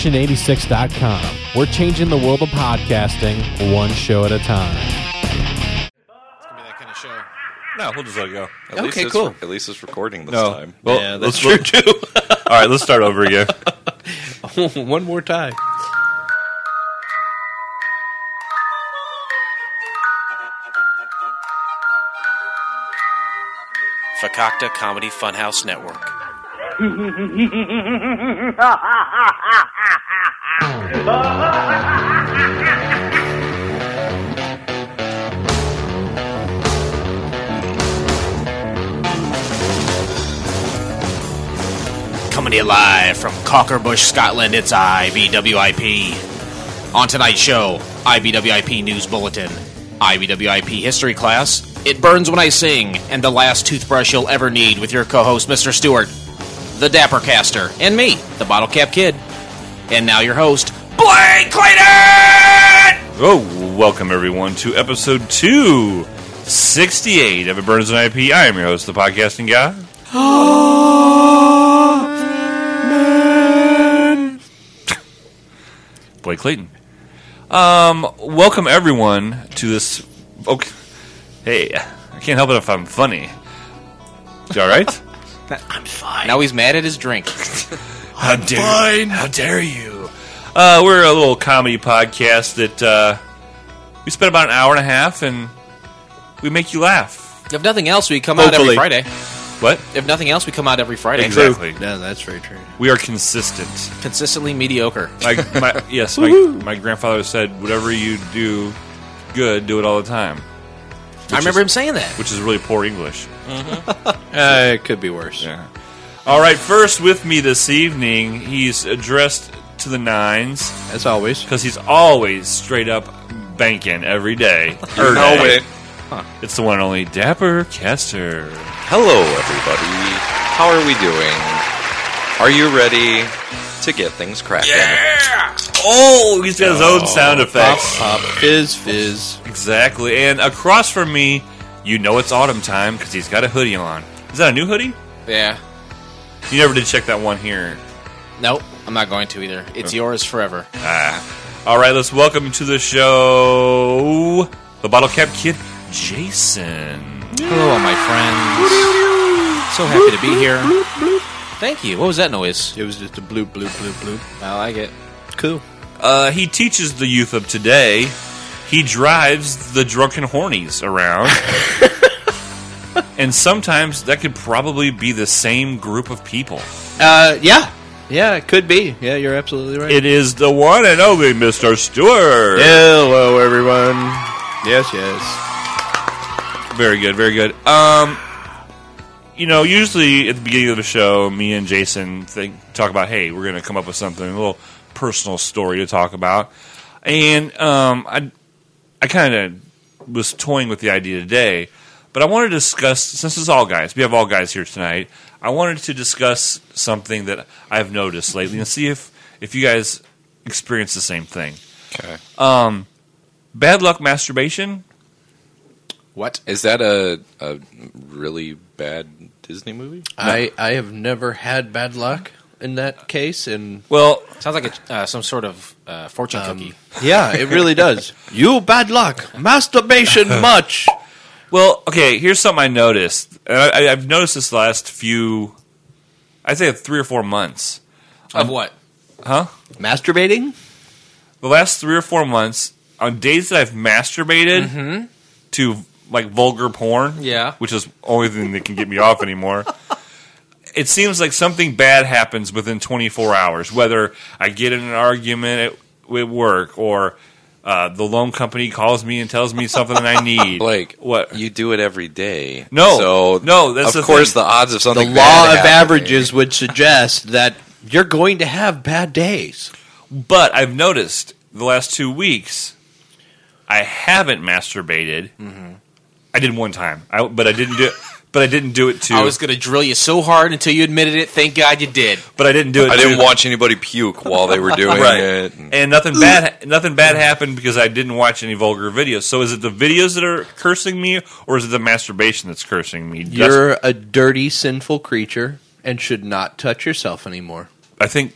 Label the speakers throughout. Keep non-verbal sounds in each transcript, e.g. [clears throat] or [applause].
Speaker 1: section86.com. We're changing the world of podcasting one show at a time.
Speaker 2: gonna be that kind of show.
Speaker 3: No, we'll just let it go.
Speaker 4: At
Speaker 2: Okay,
Speaker 4: least it's-
Speaker 2: cool.
Speaker 4: At least it's recording this
Speaker 3: No.
Speaker 4: time.
Speaker 3: Well,
Speaker 2: yeah, that's
Speaker 3: let's,
Speaker 2: true too.
Speaker 3: All right, let's start over again.
Speaker 2: One more time.
Speaker 5: Fakakta Comedy Funhouse Network. Coming to you live from Cockerbush, Scotland, it's IBWIP. On tonight's show, IBWIP News Bulletin, IBWIP History Class, It Burns When I Sing, and the last toothbrush you'll ever need with your co host, Mr. Stewart, the Dappercaster, and me, the Bottle Cap Kid. And now your host, Blake Clayton!
Speaker 3: Oh, welcome everyone to episode 268 of A Burns and IP. I am your host, the podcasting guy. Blake Clayton. Um, welcome everyone to this. Okay, hey, I can't help it if I'm funny. You all right?
Speaker 5: Now he's mad at his drink.
Speaker 3: How dare, How dare you? Uh, we're a little comedy podcast that uh, we spend about an hour and a half and we make you laugh.
Speaker 5: If nothing else, we come
Speaker 2: Hopefully.
Speaker 5: out every Friday.
Speaker 3: What?
Speaker 5: If nothing else, we come out every Friday.
Speaker 3: Exactly.
Speaker 2: Yeah, that's very true.
Speaker 3: We are consistent.
Speaker 5: Consistently mediocre.
Speaker 3: My,
Speaker 2: [laughs]
Speaker 3: my, yes, my, my grandfather said, whatever you do good, do it all the time,
Speaker 5: I remember him saying that.
Speaker 3: which is really poor English.
Speaker 2: [laughs] Uh, it could be worse.
Speaker 3: Yeah. All right, first with me this evening, he's addressed to the nines
Speaker 2: As always.
Speaker 3: because he's always straight up banking every day.
Speaker 4: You know it.
Speaker 3: It's the one and only Dapper Kester.
Speaker 4: Hello, everybody. How are we doing? Are you ready to get things cracking?
Speaker 3: Oh, he's got his own sound effects.
Speaker 2: Pop, pop, fizz, fizz.
Speaker 3: Exactly. And across from me, you know it's autumn time because he's got a hoodie on. Is that a new hoodie?
Speaker 5: Yeah.
Speaker 3: You never did check that one here.
Speaker 5: Nope, I'm not going to either. It's yours forever.
Speaker 3: All right, let's welcome to the show the bottle cap kid, Jason.
Speaker 5: Hello, my friends. So happy to be here. Thank you. What was that noise?
Speaker 2: It was just a bloop, bloop, bloop, bloop.
Speaker 5: I like it.
Speaker 2: Cool.
Speaker 3: Uh, he teaches the youth of today. He drives the drunken hornies
Speaker 2: [laughs]
Speaker 3: around. and sometimes that could probably be the same group of people.
Speaker 2: Uh, yeah. Yeah, it could be. Yeah, you're absolutely right.
Speaker 3: It is the one and only Mr. Stewart.
Speaker 2: Hello, everyone. Yes, yes.
Speaker 3: Very good, very good. Um, you know, usually at the beginning of the show, me and Jason think, talk about, hey, we're going to come up with something, a little personal story to talk about. And um, I, I kind of was toying with the idea today, but I wanted to discuss, since it's all guys, we have all guys here tonight, I wanted to discuss something that I've noticed lately and see if, if you guys experience the same thing. Um,
Speaker 4: Okay.
Speaker 3: Bad luck masturbation,
Speaker 5: What?
Speaker 4: Is that a, a really bad Disney movie?
Speaker 2: I, I have never had bad luck in that case, and
Speaker 3: Well,
Speaker 5: Sounds like a, uh, some sort of uh, fortune cookie.
Speaker 2: yeah, it really does. You bad luck. Masturbation much.
Speaker 3: well, okay. Here's something I noticed. And I, I- I've noticed this the last few, I'd say three or four months.
Speaker 5: Of what?
Speaker 3: Huh?
Speaker 2: Masturbating?
Speaker 3: The last three or four months on days that I've masturbated to like vulgar porn,
Speaker 5: Yeah.
Speaker 3: which is the only thing that can get me off anymore. It seems like something bad happens within 24 hours. Whether I get in an argument at, at work or uh, the loan company calls me and tells me something that I
Speaker 4: [laughs]
Speaker 3: need.
Speaker 4: Like
Speaker 3: what?
Speaker 4: You do it every day.
Speaker 3: No.
Speaker 4: So
Speaker 3: No, that's
Speaker 4: of
Speaker 3: the
Speaker 4: course
Speaker 3: thing.
Speaker 4: the odds of
Speaker 2: The
Speaker 4: something.
Speaker 2: law
Speaker 4: bad
Speaker 2: of
Speaker 4: happening-
Speaker 2: averages would suggest that you're going to have bad days.
Speaker 3: But I've noticed the last two weeks, I haven't masturbated. I did one time, I, but I didn't do. It, but I didn't do it to.
Speaker 5: [laughs] I was going to drill you so hard until you admitted it. Thank God you did.
Speaker 3: but I didn't do it.
Speaker 4: I didn't
Speaker 3: to-
Speaker 4: watch anybody puke while they [laughs] were doing
Speaker 3: Right,
Speaker 4: it.
Speaker 3: and nothing bad. Nothing bad happened because I didn't watch any vulgar videos. So is it the videos that are cursing me, or is it the masturbation that's cursing me? That's-
Speaker 2: You're a dirty, sinful creature and should not touch yourself anymore.
Speaker 3: I think.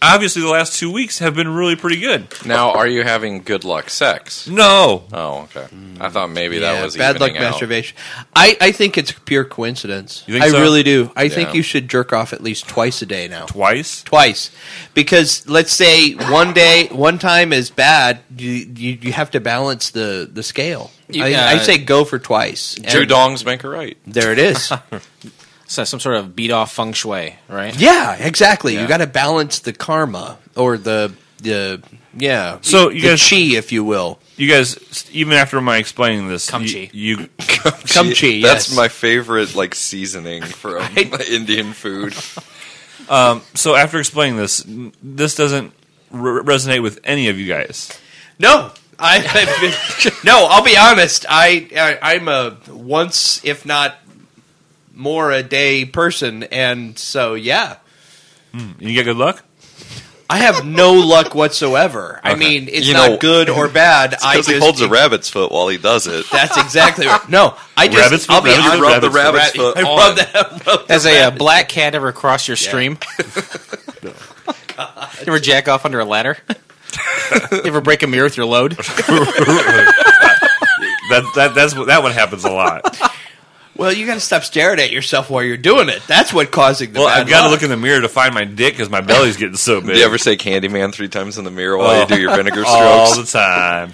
Speaker 3: obviously the last two weeks have been really pretty good.
Speaker 4: Now, are you having good luck sex?
Speaker 3: No,
Speaker 4: Oh, okay. I thought maybe
Speaker 2: Yeah,
Speaker 4: that was
Speaker 2: bad luck
Speaker 4: evening out.
Speaker 2: masturbation. I, I think it's pure coincidence.
Speaker 3: You think
Speaker 2: I
Speaker 3: so?
Speaker 2: really do. I think
Speaker 4: Yeah.
Speaker 2: you should jerk off at least twice a day now.
Speaker 3: twice.
Speaker 2: Twice, because let's say one day, one time is bad. You you, you have to balance the the scale.
Speaker 5: You-
Speaker 2: I,
Speaker 5: uh,
Speaker 2: I say go for twice.
Speaker 4: Two
Speaker 2: And
Speaker 4: dongs make a right.
Speaker 2: There it is.
Speaker 5: So some sort of beat off feng shui, right?
Speaker 2: yeah, exactly.
Speaker 5: Yeah.
Speaker 2: You got to balance the karma or the the yeah.
Speaker 3: So you
Speaker 2: the
Speaker 3: guys-
Speaker 2: chi, if you will,
Speaker 3: You guys, even after my explaining this,
Speaker 5: Cum
Speaker 3: you,
Speaker 5: chi.
Speaker 3: you
Speaker 2: Cum chi,
Speaker 4: That's
Speaker 2: yes.
Speaker 4: my favorite like seasoning for um, [laughs] Indian food.
Speaker 3: so after explaining this, n- this doesn't re- resonate with any of you guys.
Speaker 2: No, I [laughs] I've been- no. I'll be honest. I, I I'm a once, if not more, a day person, and so yeah,
Speaker 3: You get good luck.
Speaker 2: I have no luck whatsoever. I
Speaker 3: Okay.
Speaker 2: mean, it's
Speaker 4: You
Speaker 2: not
Speaker 4: know-
Speaker 2: good or bad. I
Speaker 4: Because
Speaker 2: just
Speaker 4: he holds a rabbit's foot while he does it.
Speaker 2: That's exactly right. No, I just
Speaker 3: Rabbit's foot,
Speaker 2: I'll be
Speaker 3: rabbit's
Speaker 2: honest.
Speaker 3: foot,
Speaker 4: Rub the
Speaker 3: rabbit's
Speaker 4: rabbit's foot
Speaker 2: I
Speaker 4: on.
Speaker 2: rub that. rub
Speaker 5: Has
Speaker 2: the
Speaker 5: a uh,
Speaker 2: rabbit.
Speaker 5: black cat ever crossed your [laughs] stream? you ever jack off under a ladder? [laughs] you ever break a mirror with your load?
Speaker 3: That that that's what that one happens a lot.
Speaker 2: Well, you got to stop staring at yourself while you're doing it. That's what causing
Speaker 3: [laughs]
Speaker 2: the.
Speaker 3: Well,
Speaker 2: bad
Speaker 3: I've got to look
Speaker 2: luck.
Speaker 3: in the mirror to find my dick because my belly's getting so big
Speaker 4: Do you ever say Candyman three times in the mirror while
Speaker 3: Oh.
Speaker 4: you do your vinegar
Speaker 3: [laughs] all
Speaker 4: strokes?
Speaker 3: the [laughs] time.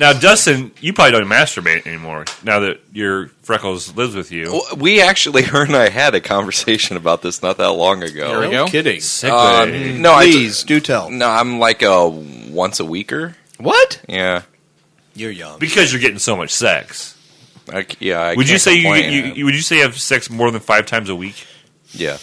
Speaker 3: Now, Dustin, you probably don't masturbate anymore now that your freckles lives with you.
Speaker 4: W- we actually, [laughs] her and I had a conversation about this not that long
Speaker 5: There we
Speaker 4: ago.
Speaker 5: go.
Speaker 2: kidding.
Speaker 3: Sick
Speaker 4: Um,
Speaker 3: bay.
Speaker 4: no, I
Speaker 2: Please do tell.
Speaker 4: no, I'm like a once a weeker.
Speaker 2: What?
Speaker 4: Yeah,
Speaker 2: You're young.
Speaker 3: because you're getting so much sex.
Speaker 4: I c yeah. I
Speaker 3: Would you
Speaker 4: can't
Speaker 3: say you,
Speaker 4: complain.
Speaker 3: you, you would you say you have sex more than five times a week?
Speaker 4: Yeah.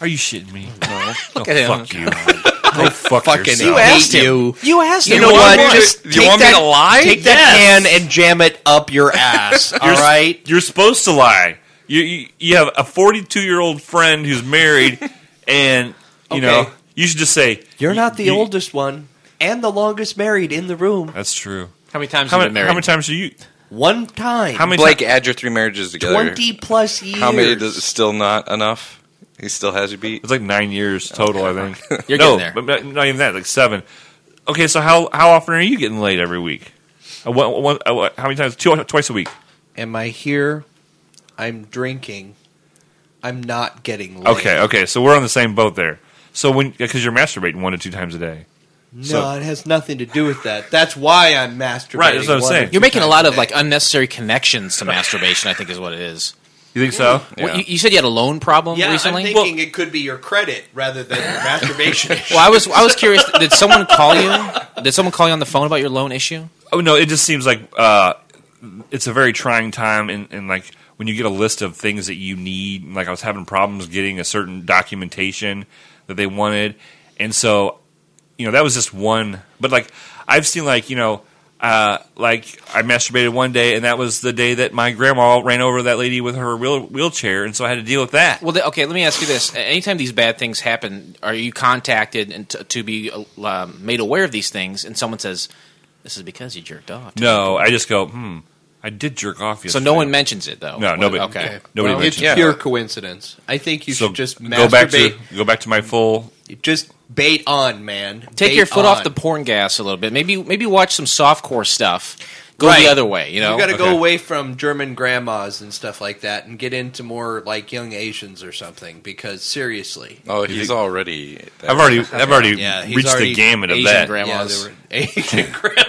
Speaker 3: Are you shitting me? [laughs] No. Look
Speaker 5: at him.
Speaker 3: Fuck you. [laughs] Go fuck
Speaker 2: Fucking
Speaker 3: yourself.
Speaker 2: you
Speaker 5: asked
Speaker 2: asked
Speaker 5: him.
Speaker 2: you.
Speaker 5: You asked
Speaker 2: You
Speaker 5: him.
Speaker 2: know
Speaker 4: You
Speaker 2: what?
Speaker 4: want me to-
Speaker 2: Just
Speaker 4: you
Speaker 2: take
Speaker 4: want me
Speaker 2: that,
Speaker 4: to lie?
Speaker 2: Take that hand and jam it up
Speaker 3: [laughs]
Speaker 2: your ass. all
Speaker 3: You're,
Speaker 2: right.
Speaker 3: You're supposed to lie. You you, you have a 42 year old friend who's [laughs] married, and you know
Speaker 2: Okay.
Speaker 3: you should just say
Speaker 2: You're not the
Speaker 3: you-
Speaker 2: oldest one and the longest married in the room.
Speaker 3: That's true.
Speaker 5: How many times
Speaker 3: How
Speaker 5: have you been
Speaker 3: many,
Speaker 5: married?
Speaker 3: how many times do you?
Speaker 2: One time.
Speaker 3: How many?
Speaker 4: Blake,
Speaker 3: ti-
Speaker 4: add your three marriages together.
Speaker 2: Twenty plus years.
Speaker 4: How many? Does, still not enough. He still has you beat.
Speaker 3: it's like nine years total. I [laughs] think
Speaker 5: You're getting
Speaker 3: no,
Speaker 5: there.
Speaker 3: but not- not even that. Like seven. Okay, so how how often are you getting laid every week? Uh, one- one- uh, what- how many times? Two, twice a week.
Speaker 2: Am I here? I'm drinking. I'm not getting laid.
Speaker 3: Okay, okay. So we're on the same boat there. So when because you're masturbating one to two times a day.
Speaker 2: No,
Speaker 3: so-
Speaker 2: it has nothing to do with that. That's why I'm masturbating.
Speaker 3: Right, that's what I'm
Speaker 2: one
Speaker 3: saying.
Speaker 2: or two
Speaker 5: You're making a
Speaker 2: times
Speaker 5: lot of
Speaker 2: day.
Speaker 5: like unnecessary connections to masturbation. I think is what it is.
Speaker 3: You think so?
Speaker 5: What, you, you said you had a loan problem
Speaker 2: Yeah,
Speaker 5: recently.
Speaker 2: I'm thinking it could be your credit rather
Speaker 3: [laughs]
Speaker 2: than your masturbation.
Speaker 5: well, I was I was
Speaker 2: [laughs]
Speaker 5: curious. Did someone call you? Did someone call you on the phone about your loan issue?
Speaker 3: Oh no, it just seems like uh, it's a very trying time, and, and like when you get a list of things that you need, and, like I was having problems getting a certain documentation that they wanted, and so you know that was just one. But like I've seen like you know. Uh, like I masturbated one day, and that was the day that my grandma ran over that lady with her wheel- wheelchair, and so I had to deal with that.
Speaker 5: Well, th- okay. Let me ask you this: A- Anytime these bad things happen, are you contacted and t- to be um, made aware of these things? And someone says, "This is because you jerked off."
Speaker 3: No, I just go, hmm, I did jerk off
Speaker 5: So
Speaker 3: yesterday.
Speaker 5: no one mentions it, though.
Speaker 3: No,
Speaker 5: What-
Speaker 3: nobody-
Speaker 5: Okay.
Speaker 3: nobody
Speaker 2: Well, it's
Speaker 3: mentioned.
Speaker 4: yeah.
Speaker 2: pure coincidence. I think you
Speaker 3: So
Speaker 2: should just
Speaker 3: go back to
Speaker 2: masturbate.
Speaker 3: go back to my full
Speaker 2: Just bait on, man.
Speaker 5: Take
Speaker 2: Bait
Speaker 5: your foot
Speaker 2: on.
Speaker 5: off the porn gas a little bit. Maybe maybe watch some softcore stuff. Go
Speaker 2: Right.
Speaker 5: the other way. You know.
Speaker 2: You got to
Speaker 3: Okay.
Speaker 2: go away from German grandmas and stuff like that, and get into more like young Asians or something. Because seriously,
Speaker 4: Oh, he's already.
Speaker 3: I've already, I've already
Speaker 2: Yeah, he's
Speaker 3: reached
Speaker 2: already
Speaker 3: the gamut of
Speaker 5: Asian
Speaker 3: that.
Speaker 5: grandma. Grandmas.
Speaker 2: Yeah, they were [laughs] Asian grandmas.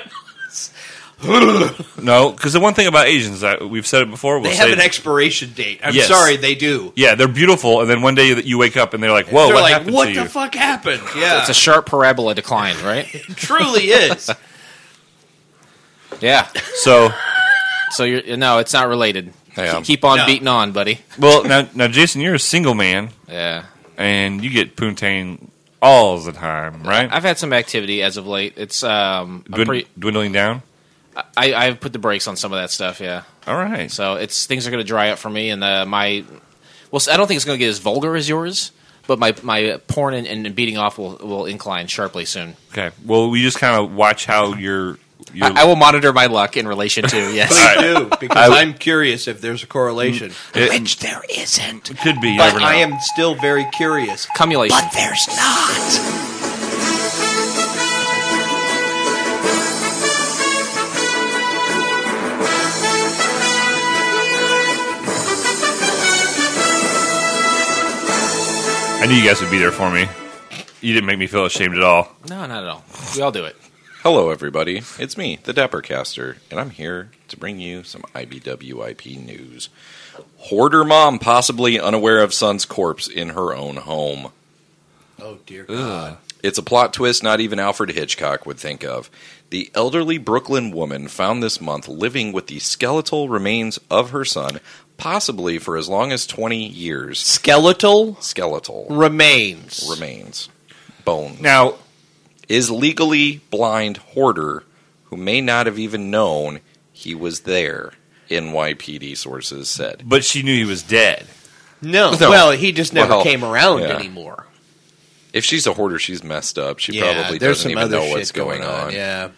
Speaker 3: No, because the one thing about Asians that we've said it before, we'll
Speaker 2: They
Speaker 3: say,
Speaker 2: have an expiration date. I'm
Speaker 3: Yes.
Speaker 2: sorry, they do.
Speaker 3: yeah, they're beautiful, and then one day that you wake up and they're like, "Whoa,
Speaker 2: They're
Speaker 3: Oh, what
Speaker 2: like,
Speaker 3: happened
Speaker 2: what
Speaker 3: to
Speaker 2: the
Speaker 3: you?"
Speaker 2: fuck happened? Yeah,
Speaker 5: It's a sharp parabola decline, right?
Speaker 2: it truly is.
Speaker 5: yeah.
Speaker 3: so,
Speaker 5: So you're no, it's not related.
Speaker 4: Yeah.
Speaker 5: Keep on
Speaker 2: No.
Speaker 5: beating on, buddy.
Speaker 3: well, now, now, Jason, you're a single man,
Speaker 5: Yeah.
Speaker 3: and you get poontang all the time, right?
Speaker 5: I've had some activity as of late. It's um, I'm
Speaker 3: Dwind-
Speaker 5: pretty,
Speaker 3: dwindling down.
Speaker 5: I, I've put the brakes on some of that stuff. Yeah.
Speaker 3: All right, so
Speaker 5: So it's things are going to dry up for me, and uh, my well, I don't think it's going to get as vulgar as yours, but my my porn and, and beating off will will incline sharply soon.
Speaker 3: okay. Well, we just kind of watch how your your
Speaker 5: I, I will monitor my luck in relation to [laughs] yes.
Speaker 2: Please do because I'm curious if there's a correlation,
Speaker 3: It-
Speaker 2: which there isn't.
Speaker 3: could be. you
Speaker 2: But
Speaker 3: Mm, never know.
Speaker 2: I am still very curious.
Speaker 5: Cumulation.
Speaker 2: there's not.
Speaker 3: I knew you guys would be there for me. You didn't make me feel ashamed at all.
Speaker 5: No, not at all. We all do it.
Speaker 4: Hello, everybody. It's me, the Dappercaster, and I'm here to bring you some IBWIP news. Hoarder mom possibly unaware of son's corpse in her own home.
Speaker 2: Oh dear God!
Speaker 4: It's a plot twist not even Alfred Hitchcock would think of. The elderly Brooklyn woman found this month living with the skeletal remains of her son, possibly for as long as 20 years.
Speaker 2: Skeletal
Speaker 4: Skeletal
Speaker 2: remains.
Speaker 4: remains, bones.
Speaker 3: Now,
Speaker 4: is legally blind hoarder who may not have even known he was there, NYPD sources said.
Speaker 3: but she knew he was dead.
Speaker 2: No,
Speaker 4: No.
Speaker 2: well, he just never
Speaker 4: Well,
Speaker 2: came around
Speaker 4: yeah.
Speaker 2: anymore.
Speaker 4: If she's a hoarder, she's messed up. She
Speaker 2: Yeah,
Speaker 4: probably
Speaker 2: there's
Speaker 4: doesn't
Speaker 2: some
Speaker 4: even
Speaker 2: other
Speaker 4: know
Speaker 2: shit
Speaker 4: what's going, on.
Speaker 2: Yeah,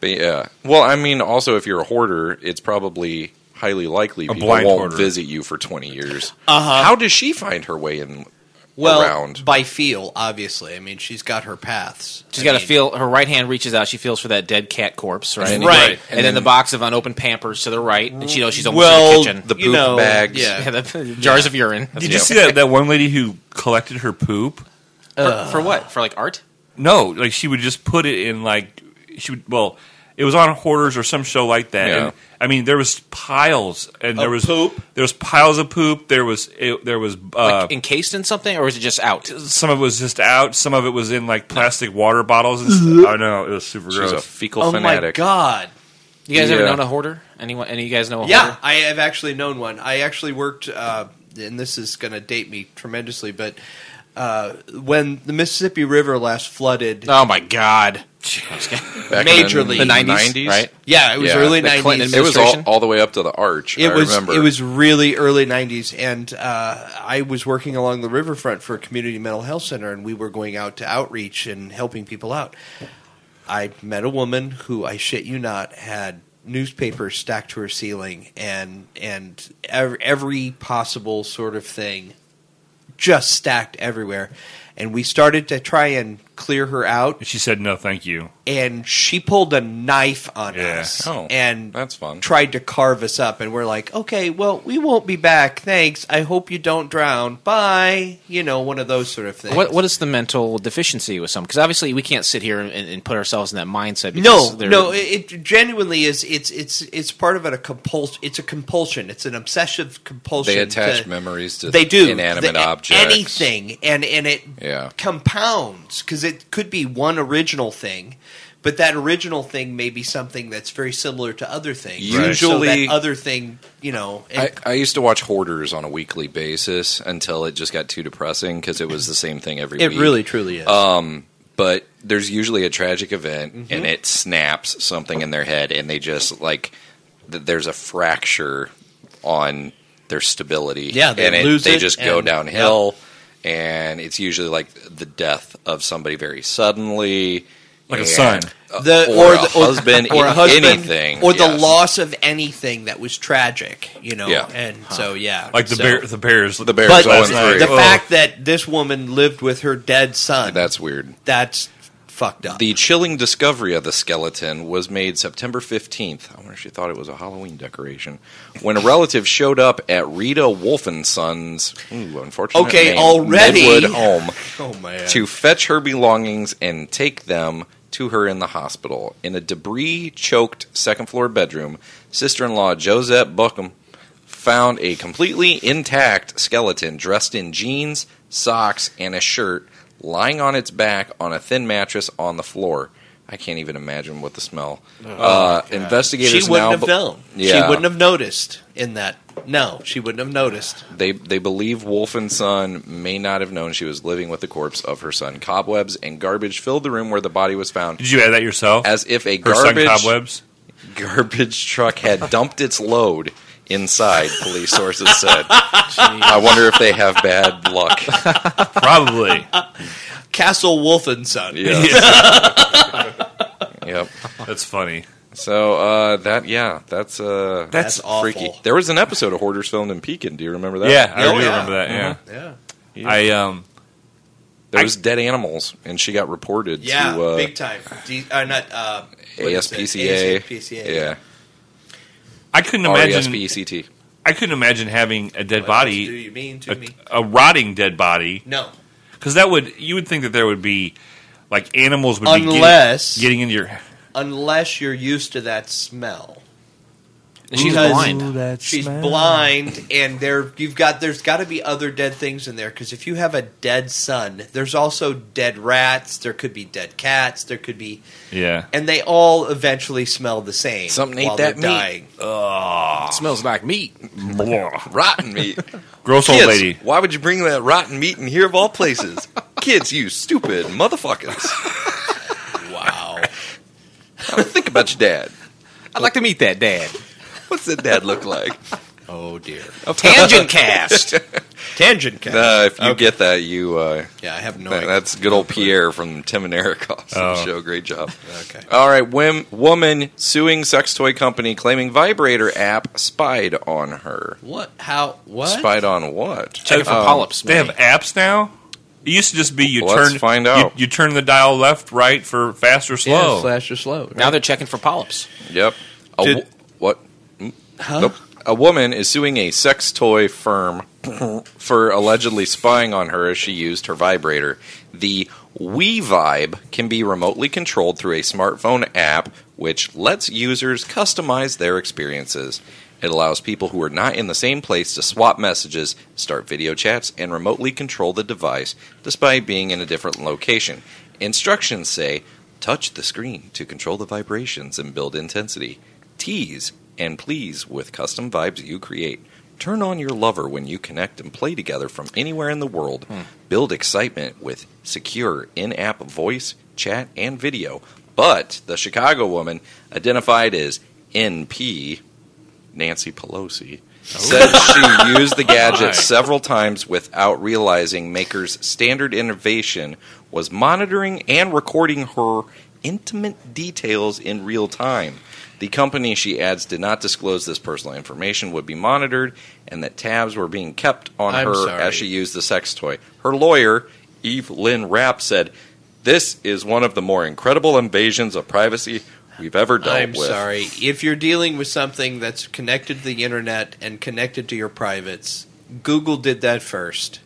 Speaker 4: But yeah. Well, I mean, also, if you're a hoarder, it's probably highly likely people
Speaker 3: blind
Speaker 4: won't
Speaker 3: hoarder.
Speaker 4: visit you for 20 years.
Speaker 2: Uh-huh.
Speaker 4: How does she find her way in?
Speaker 2: well,
Speaker 4: Around.
Speaker 2: by feel, obviously. I mean, she's got her paths.
Speaker 5: She's
Speaker 2: I
Speaker 5: got to
Speaker 2: mean,
Speaker 5: feel. Her right hand reaches out. She feels for that dead cat corpse, right?
Speaker 4: And
Speaker 5: And,
Speaker 4: then-
Speaker 2: Right.
Speaker 4: And,
Speaker 5: then,
Speaker 4: then,
Speaker 5: the box of unopened Pampers to the right, and she knows she's almost in
Speaker 2: Well,
Speaker 5: the kitchen.
Speaker 4: the poop
Speaker 2: you know,
Speaker 4: bags.
Speaker 2: yeah.
Speaker 5: yeah, the [laughs] jars of urine.
Speaker 3: Did you see that, that one lady who collected her poop?
Speaker 5: For, Uh, for what? For like art?
Speaker 3: No, like she would just put it in like she would. Well, it was on Hoarders or some show like that.
Speaker 4: Yeah.
Speaker 3: And, I mean, there was piles and there
Speaker 2: Of
Speaker 3: was
Speaker 2: poop?
Speaker 3: There was piles of poop. There was it, there was uh,
Speaker 5: Like encased in something, or is it just out?
Speaker 3: some of it was just out. Some of it was in like plastic water bottles. and stuff. I know it was super
Speaker 4: She's
Speaker 3: gross.
Speaker 4: a fecal
Speaker 2: Oh my
Speaker 4: fanatic.
Speaker 2: God!
Speaker 5: You guys ever
Speaker 4: Yeah.
Speaker 5: known a hoarder? Anyone? Any of you guys know a
Speaker 2: Yeah,
Speaker 5: hoarder?
Speaker 2: I have actually known one. I actually worked, uh, and this is going to date me tremendously, but uh, when the Mississippi River last flooded,
Speaker 5: Oh my god!
Speaker 4: Back in the
Speaker 2: Majorly. The
Speaker 4: 90s,
Speaker 5: 90s, right?
Speaker 2: yeah, it was
Speaker 4: Yeah,
Speaker 2: early
Speaker 5: the Clinton
Speaker 2: nineties.
Speaker 4: It was all,
Speaker 5: Administration?
Speaker 4: all the way up to the arch.
Speaker 2: It
Speaker 4: I
Speaker 2: was
Speaker 4: remember.
Speaker 2: it was really early '90s, and uh, I was working along the riverfront for a community mental health center, and we were going out to outreach and helping people out. I met a woman who I shit you not had newspapers stacked to her ceiling, and and every, every possible sort of thing just stacked everywhere. And we started to try and clear her out,
Speaker 3: And she said, "No, thank you."
Speaker 2: and she pulled a knife on
Speaker 3: Yeah.
Speaker 2: us,
Speaker 4: Oh,
Speaker 2: and
Speaker 4: that's fun.
Speaker 2: tried to carve us up, and we're like, okay, well, we won't be back. Thanks. I hope you don't drown. Bye. You know, one of those sort of things.
Speaker 5: What What is the mental deficiency with some? Because obviously we can't sit here and, and put ourselves in that mindset.
Speaker 2: No,
Speaker 5: Because they're-
Speaker 2: no. It, it genuinely is. It's it's it's part of it. A compulsion. It's a compulsion. It's an obsessive compulsion.
Speaker 4: They attach
Speaker 2: to-
Speaker 4: memories to
Speaker 2: they do
Speaker 4: inanimate
Speaker 2: The-
Speaker 4: objects.
Speaker 2: anything, and and it
Speaker 4: Yeah.
Speaker 2: compounds because it could be one original thing, but that original thing may be something that's very similar to other things. So that
Speaker 4: Usually-
Speaker 2: other thing, you know, it-
Speaker 4: I, I used to watch Hoarders on a weekly basis until it just got too depressing because it was the same thing every
Speaker 2: it
Speaker 4: week.
Speaker 2: really truly is.
Speaker 4: But there's usually a tragic event
Speaker 2: Mm-hmm.
Speaker 4: and it snaps something in their head and they just like th- there's a fracture on their stability.
Speaker 2: Yeah, they
Speaker 4: and
Speaker 2: lose
Speaker 4: they
Speaker 2: it
Speaker 4: just go
Speaker 2: and-
Speaker 4: downhill. And it's usually like the death of somebody very suddenly,
Speaker 3: Like a
Speaker 4: and-
Speaker 3: son.
Speaker 2: the
Speaker 4: or a husband,
Speaker 2: [laughs] or a husband,
Speaker 4: anything,
Speaker 2: or the
Speaker 4: yes.
Speaker 2: loss of anything that was tragic, you know.
Speaker 4: Yeah.
Speaker 2: And so yeah,
Speaker 3: Like the
Speaker 2: so-
Speaker 3: bear, the bears,
Speaker 4: The Bears
Speaker 2: But
Speaker 4: Last
Speaker 3: night.
Speaker 2: the
Speaker 3: Oh.
Speaker 2: fact that this woman lived with her dead son,
Speaker 4: That's weird.
Speaker 2: that's fucked up.
Speaker 4: The chilling discovery of the skeleton was made September 15th. I wonder if she thought it was a Halloween decoration. When a relative showed up at Rita Wolfenson's, ooh, unfortunate
Speaker 2: Okay,
Speaker 4: name,
Speaker 2: already?
Speaker 4: Midwood home
Speaker 2: oh man.
Speaker 4: to fetch her belongings and take them to her in the hospital. In a debris choked second floor bedroom, sister in law Josette Buckham found a completely intact skeleton dressed in jeans, socks, and a shirt lying on its back on a thin mattress on the floor. I can't even imagine what the smell. uh, [laughs]
Speaker 2: she
Speaker 4: investigators
Speaker 2: wouldn't
Speaker 4: now
Speaker 2: have
Speaker 4: be-
Speaker 2: known.
Speaker 4: Yeah.
Speaker 2: She wouldn't have noticed in that. No, she wouldn't have noticed.
Speaker 4: They they believe Wolf and Son may not have known she was living with the corpse of her son. Cobwebs and garbage filled the room where the body was found,
Speaker 3: Did you add that yourself?
Speaker 4: as if a
Speaker 3: Her son
Speaker 4: garbage
Speaker 3: cobwebs.
Speaker 4: [laughs] garbage truck had dumped its load inside. Police sources said. I wonder if they have
Speaker 3: [laughs]
Speaker 4: bad luck.
Speaker 3: Probably.
Speaker 2: Castle Wolfenson.
Speaker 4: Yes. yep.
Speaker 3: That's funny.
Speaker 4: So uh, that yeah, that's uh,
Speaker 2: That's awful.
Speaker 4: freaky. There was an episode of Hoarders filmed in Pekin. Do you remember that?
Speaker 3: Yeah, I
Speaker 2: Oh,
Speaker 3: do
Speaker 2: yeah.
Speaker 3: remember that. Yeah,
Speaker 2: Yeah.
Speaker 3: I um,
Speaker 4: there was dead animals, and she got reported
Speaker 2: Yeah,
Speaker 4: to uh,
Speaker 2: big time. D, uh, not uh, what is it?
Speaker 4: ASPCA.
Speaker 2: ASPCA.
Speaker 4: Yeah,
Speaker 3: I couldn't
Speaker 4: E
Speaker 3: imagine.
Speaker 4: RESPECT.
Speaker 3: I couldn't imagine having a dead
Speaker 2: What else Do
Speaker 3: body,
Speaker 2: you mean to
Speaker 3: a,
Speaker 2: me?
Speaker 3: a rotting dead body,
Speaker 2: No.
Speaker 3: because that would you would think that there would be like animals would be
Speaker 2: Unless-
Speaker 3: getting, getting into your
Speaker 2: unless you're used to that smell.
Speaker 5: She's
Speaker 2: Because-
Speaker 5: blind.
Speaker 2: She's blind, and there you've got there's got to be other dead things in there because if you have a dead son, there's also dead rats. There could be dead cats. There could be,
Speaker 3: yeah.
Speaker 2: and they all eventually smell the same.
Speaker 4: Something ate
Speaker 2: while
Speaker 4: that
Speaker 2: they're
Speaker 4: meat.
Speaker 2: dying.
Speaker 5: smells like meat.
Speaker 3: Blah.
Speaker 4: Rotten meat.
Speaker 3: Gross old
Speaker 4: Kids,
Speaker 3: lady.
Speaker 4: why would you bring that rotten meat in here of all places? Kids, you stupid motherfuckers.
Speaker 2: Wow.
Speaker 4: Think about your dad.
Speaker 5: I'd like to meet that dad.
Speaker 4: What's that dad look like?
Speaker 2: Oh dear.
Speaker 5: [laughs] Tangent cast.
Speaker 2: Tangent cat.
Speaker 4: Uh, if you get that, you uh,
Speaker 2: yeah, I have no
Speaker 4: that-
Speaker 2: idea.
Speaker 4: that's good old Pierre from Tim and Eric [laughs] Awesome
Speaker 3: Oh.
Speaker 4: Show. Great job.
Speaker 2: Okay.
Speaker 4: All right, wim- woman suing sex toy company claiming vibrator app spied on her.
Speaker 2: What? How? What?
Speaker 4: Spied on what?
Speaker 5: Check it for
Speaker 4: Um,
Speaker 5: polyps.
Speaker 3: They
Speaker 5: man.
Speaker 3: have apps now. It used to just be you
Speaker 4: Well, let's
Speaker 3: turn
Speaker 4: find
Speaker 3: you-
Speaker 4: out.
Speaker 3: You, turn the dial left, right for fast or
Speaker 2: Yeah,
Speaker 3: slow.
Speaker 2: slash or slow.
Speaker 5: now they're checking for polyps.
Speaker 4: Yep. A
Speaker 3: Did-
Speaker 4: wo- what? Hmm? Nope. A woman is suing a sex toy firm for allegedly spying on her as she used her vibrator. The Wii Vibe can be remotely controlled through a smartphone app, which lets users customize their experiences. It allows people who are not in the same place to swap messages, start video chats, and remotely control the device despite being in a different location. Instructions say touch the screen to control the vibrations and build intensity. Tease and please with custom vibes you create. Turn on your lover when you connect and play together from anywhere in the world. Build excitement with secure in app voice, chat, and video. But the Chicago woman, identified as NP, Nancy Pelosi,
Speaker 2: Oh.
Speaker 4: said she used the gadget several times without realizing Maker's standard innovation was monitoring and recording her intimate details in real time. The company, she adds, did not disclose this personal information would be monitored and that tabs were being kept on
Speaker 2: I'm
Speaker 4: her
Speaker 2: sorry.
Speaker 4: as she used the sex toy. Her lawyer, Eve Lynn Rapp, said, This is one of the more incredible invasions of privacy we've ever dealt
Speaker 2: I'm
Speaker 4: with.
Speaker 2: sorry. If you're dealing with something that's connected to the internet and connected to your privates, Google did that first.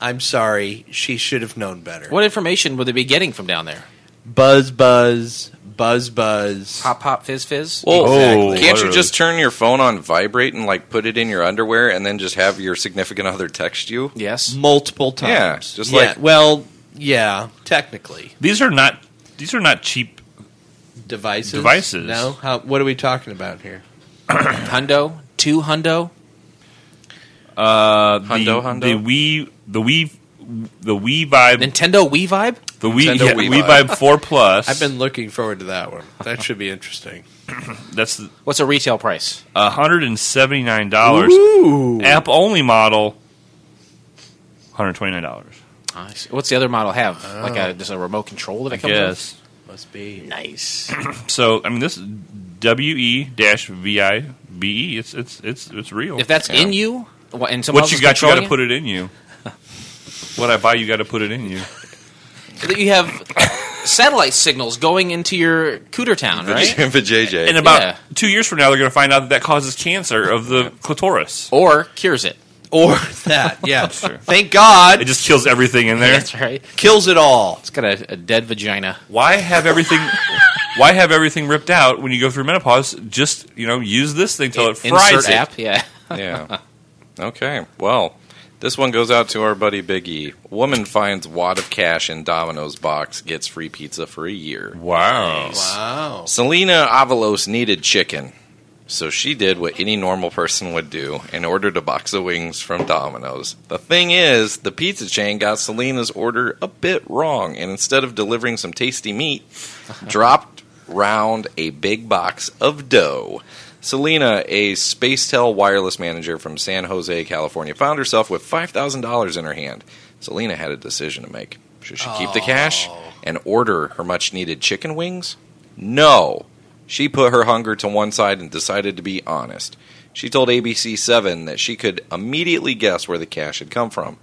Speaker 2: I'm sorry. She should have known better.
Speaker 5: What information would they be getting from down there?
Speaker 2: Buzz, buzz, buzz, buzz.
Speaker 5: Pop, pop, fizz, fizz.
Speaker 4: Well,
Speaker 3: Exactly.
Speaker 4: can't you
Speaker 3: Oh, literally.
Speaker 4: just turn your phone on vibrate and like put it in your underwear and then just have your significant other text you?
Speaker 5: yes.
Speaker 2: Multiple
Speaker 4: Yeah,
Speaker 2: times.
Speaker 4: just
Speaker 2: Yeah,
Speaker 4: like-
Speaker 2: well, yeah, technically
Speaker 3: These are not these are not cheap.
Speaker 2: devices.
Speaker 3: Devices.
Speaker 2: No. How, what are we talking about here?
Speaker 5: Hundo, two hundo.
Speaker 3: Uh,
Speaker 4: Hundo,
Speaker 3: the,
Speaker 4: hundo?
Speaker 3: the Wii the Wii the Wii Vibe
Speaker 5: Nintendo Wii vibe.
Speaker 3: the Wii,
Speaker 4: Nintendo
Speaker 3: yeah,
Speaker 4: Wii
Speaker 3: Wii
Speaker 4: Vibe.
Speaker 3: Vibe Four Plus.
Speaker 2: I've been looking forward to that one. That should be interesting.
Speaker 3: that's
Speaker 5: What's a retail price?
Speaker 3: hundred and seventy nine dollars.
Speaker 2: Ooh.
Speaker 3: App only model. One hundred twenty nine dollars.
Speaker 5: I see. Oh. What's the other model have? Like a just a remote control that it comes with?
Speaker 3: Yes.
Speaker 2: Must be.
Speaker 5: Nice.
Speaker 3: So I mean, this is W E dash V I B E. It's it's it's it's real.
Speaker 5: if that's
Speaker 4: Yeah.
Speaker 5: in you, what, and someone
Speaker 3: what
Speaker 5: else
Speaker 3: you
Speaker 5: is
Speaker 3: got, you got to
Speaker 5: controlling
Speaker 3: put it in you. [laughs] What I buy, you got to put it in
Speaker 5: [laughs]
Speaker 3: you.
Speaker 5: that you
Speaker 3: [laughs]
Speaker 5: have satellite signals going into your cooter town,
Speaker 4: [laughs]
Speaker 5: right?
Speaker 4: For JJ.
Speaker 3: And about
Speaker 5: Yeah.
Speaker 3: two years from now, they're going to find out that that causes cancer of the clitoris.
Speaker 5: Or cures it.
Speaker 2: Or that. Yeah.
Speaker 3: Sure.
Speaker 2: Thank God.
Speaker 3: It
Speaker 2: It
Speaker 3: just kills everything in there.
Speaker 5: That's right.
Speaker 2: kills it all.
Speaker 5: It's got a, a dead vagina.
Speaker 3: Why have everything? Why have everything ripped out when you go through menopause? Just you know, use this thing till it fries
Speaker 5: Insert
Speaker 3: it.
Speaker 5: app.
Speaker 3: [laughs]
Speaker 5: Yeah.
Speaker 4: yeah. Okay. Well, this one goes out to our buddy Big E. Woman finds wad of cash in Domino's box, gets free pizza for a year.
Speaker 3: Wow.
Speaker 2: Wow.
Speaker 4: Selena Avalos needed chicken. So she did what any normal person would do and ordered a box of wings from Domino's. The thing is, the pizza chain got Selena's order a bit wrong and instead of delivering some tasty meat, dropped round a big box of dough. Selena, a Spacetel wireless manager from San Jose, California, found herself with $5,000 in her hand. Selena had a decision to make. Should she keep the cash and order her much needed chicken wings? No. She put her hunger to one side and decided to be honest. She told ABC7 that she could immediately guess where the cash had come from.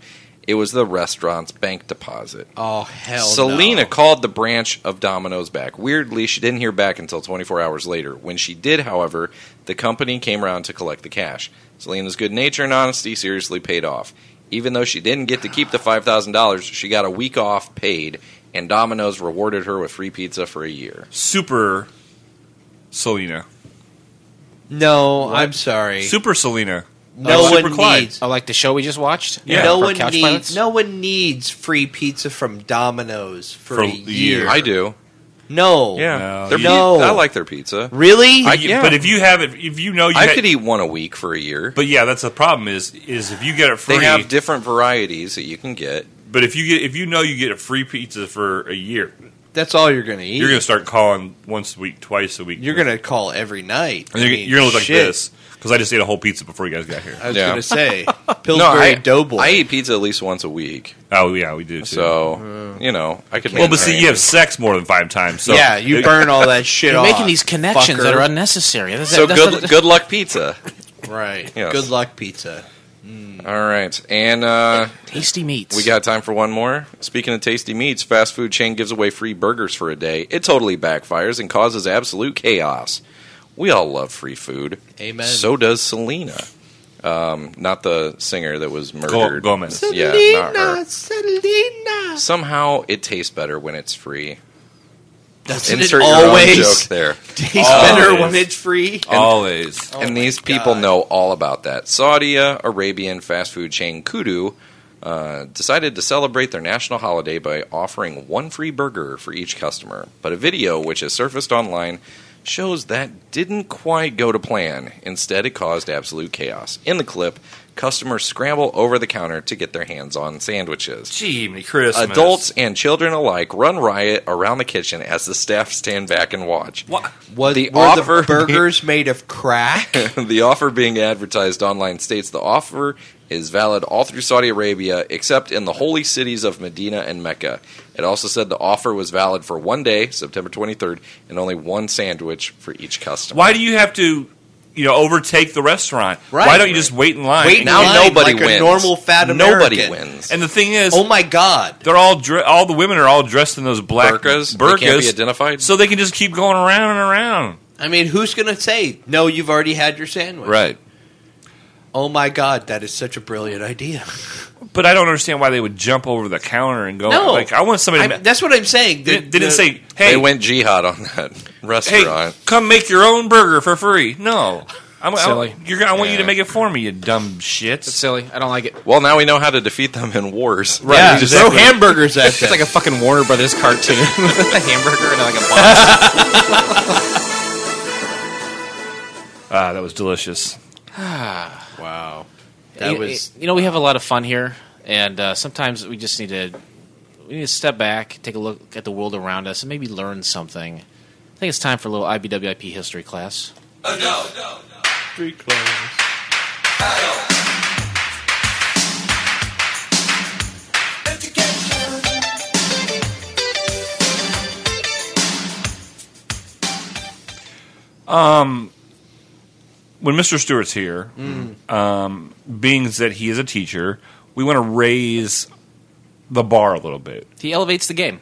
Speaker 4: It was the restaurant's bank deposit.
Speaker 2: Oh hell.
Speaker 4: Selena
Speaker 2: no.
Speaker 4: called the branch of Domino's back. Weirdly, she didn't hear back until 24 hours later. When she did, however, the company came around to collect the cash. Selena's good nature and honesty seriously paid off. Even though she didn't get to keep the $5,000, she got a week off paid, and Domino's rewarded her with free pizza for a year.
Speaker 3: Super Selena.
Speaker 2: No, I'm sorry.
Speaker 3: Super Selena.
Speaker 2: no
Speaker 3: Super
Speaker 2: one
Speaker 3: Clyde.
Speaker 2: needs.
Speaker 5: Oh, like the show we just watched?
Speaker 3: Yeah.
Speaker 2: no
Speaker 5: For
Speaker 2: one
Speaker 5: Couch
Speaker 2: needs.
Speaker 5: Pilots?
Speaker 2: No one needs free pizza from Domino's for,
Speaker 3: For
Speaker 2: a
Speaker 3: a
Speaker 2: year.
Speaker 3: year.
Speaker 4: I do.
Speaker 2: No.
Speaker 3: Yeah.
Speaker 4: Their
Speaker 3: You-
Speaker 2: No.
Speaker 4: pi- I like their pizza.
Speaker 2: Really?
Speaker 4: I-
Speaker 3: yeah. But if you have it, if you know you
Speaker 4: I
Speaker 3: ha-
Speaker 4: could e- eat one a week for a year.
Speaker 3: But yeah, that's the problem is is if you get it free.
Speaker 4: They have different varieties that you can get.
Speaker 3: but if you get if you know you get a free pizza for a year,
Speaker 2: That's all you're gonna eat.
Speaker 3: you're gonna start calling once a week, twice a week.
Speaker 2: You're gonna call every night.
Speaker 3: And you're,
Speaker 2: I mean,
Speaker 3: you're gonna look
Speaker 2: shit.
Speaker 3: like this because I just ate a whole pizza before you guys got here.
Speaker 2: I was
Speaker 4: Yeah. [laughs]
Speaker 2: gonna say Pillsbury
Speaker 4: No, I,
Speaker 2: Doughboy.
Speaker 4: I eat pizza at least once a week.
Speaker 3: Oh yeah, we do. Too.
Speaker 4: So, you know, I could
Speaker 3: well, but see,
Speaker 4: maintain.
Speaker 3: you have sex more than five times. So
Speaker 2: yeah, you burn all that shit
Speaker 5: You're
Speaker 2: off.
Speaker 5: making these connections
Speaker 2: fucker.
Speaker 5: that are unnecessary. That's,
Speaker 4: So
Speaker 5: that's
Speaker 4: good,
Speaker 5: not-
Speaker 4: good luck pizza.
Speaker 2: right.
Speaker 4: Yes.
Speaker 2: Good luck, pizza.
Speaker 4: All right. And uh,
Speaker 5: Tasty meats.
Speaker 4: We got time for one more. Speaking of tasty meats, fast food chain gives away free burgers for a day. It totally backfires and causes absolute chaos. We all love free food.
Speaker 2: Amen.
Speaker 4: So does Selena. Um, not the singer that was
Speaker 3: Go-
Speaker 4: murdered.
Speaker 3: Gomez.
Speaker 4: Yeah, not her.
Speaker 2: Selena.
Speaker 4: Somehow it tastes better when it's free.
Speaker 2: Doesn't it
Speaker 4: Insert your own
Speaker 2: always [laughs]
Speaker 4: joke Oh, there.
Speaker 2: tastes better when
Speaker 3: Always.
Speaker 2: it's free?
Speaker 3: Always.
Speaker 4: and these people
Speaker 2: God.
Speaker 4: know all about that. Saudi Arabian fast food chain Kudu uh, decided to celebrate their national holiday by offering one free burger for each customer. But a video which has surfaced online shows that didn't quite go to plan. Instead, it caused absolute chaos. In the clip, customers scramble over the counter to get their hands on sandwiches.
Speaker 3: Gee, Christmas.
Speaker 4: Adults and children alike run riot around the kitchen as the staff stand back and watch.
Speaker 3: What?
Speaker 2: Was,
Speaker 4: The
Speaker 2: were
Speaker 4: offer-
Speaker 2: the burgers made of
Speaker 4: [laughs]
Speaker 2: crack?
Speaker 4: the offer being advertised online states the offer is valid all through Saudi Arabia except in the holy cities of Medina and Mecca. It also said the offer was valid for one day, September 23rd, and only one sandwich for each customer.
Speaker 3: Why do you have to, you know, overtake the restaurant?
Speaker 2: Right.
Speaker 3: Why don't you just wait in line?
Speaker 2: Wait
Speaker 3: and
Speaker 2: in
Speaker 4: Now
Speaker 2: line
Speaker 4: nobody
Speaker 2: like
Speaker 4: wins.
Speaker 2: a normal fat American.
Speaker 4: Nobody wins.
Speaker 3: And the thing is,
Speaker 2: Oh my god.
Speaker 3: they're all dre- all the women are all dressed in those black
Speaker 4: Burkas, they can't be identified.
Speaker 3: so they can just keep going around and around.
Speaker 2: I mean, who's going to say, no, you've already had your sandwich?
Speaker 4: right.
Speaker 2: Oh my god, that is such a brilliant idea. [laughs]
Speaker 3: But I don't understand why they would jump over the counter and go.
Speaker 2: No.
Speaker 3: like I want somebody.
Speaker 2: I,
Speaker 3: to,
Speaker 2: that's what I'm saying.
Speaker 3: they
Speaker 2: The-
Speaker 3: didn't- they
Speaker 2: the-
Speaker 3: didn't say, "Hey,
Speaker 4: They went jihad on that [laughs]
Speaker 3: hey,
Speaker 4: restaurant.
Speaker 3: come make your own burger for free." No, I'm,
Speaker 5: Silly.
Speaker 3: I'm, you're, gonna- I want you to
Speaker 4: Yeah.
Speaker 3: make it for me, you dumb shits.
Speaker 5: silly. I don't like it.
Speaker 4: Well, now we know how to defeat them in wars.
Speaker 3: Right.
Speaker 2: Yeah,
Speaker 3: Just
Speaker 2: throw
Speaker 3: like-
Speaker 2: hamburgers at
Speaker 5: It's
Speaker 2: them.
Speaker 5: like a fucking Warner Brothers cartoon with [laughs] a hamburger and like a box.
Speaker 3: Ah, that was delicious.
Speaker 2: wow. That
Speaker 5: you,
Speaker 2: was
Speaker 5: you know we have a lot of fun here, and uh, sometimes we just need to we need to step back, take a look at the world around us, and maybe learn something. I think it's time for a little IBWIP history class.
Speaker 3: When Mr. Stewart's here, um, being that he is a teacher, we want to raise the bar a little bit.
Speaker 5: He elevates the game.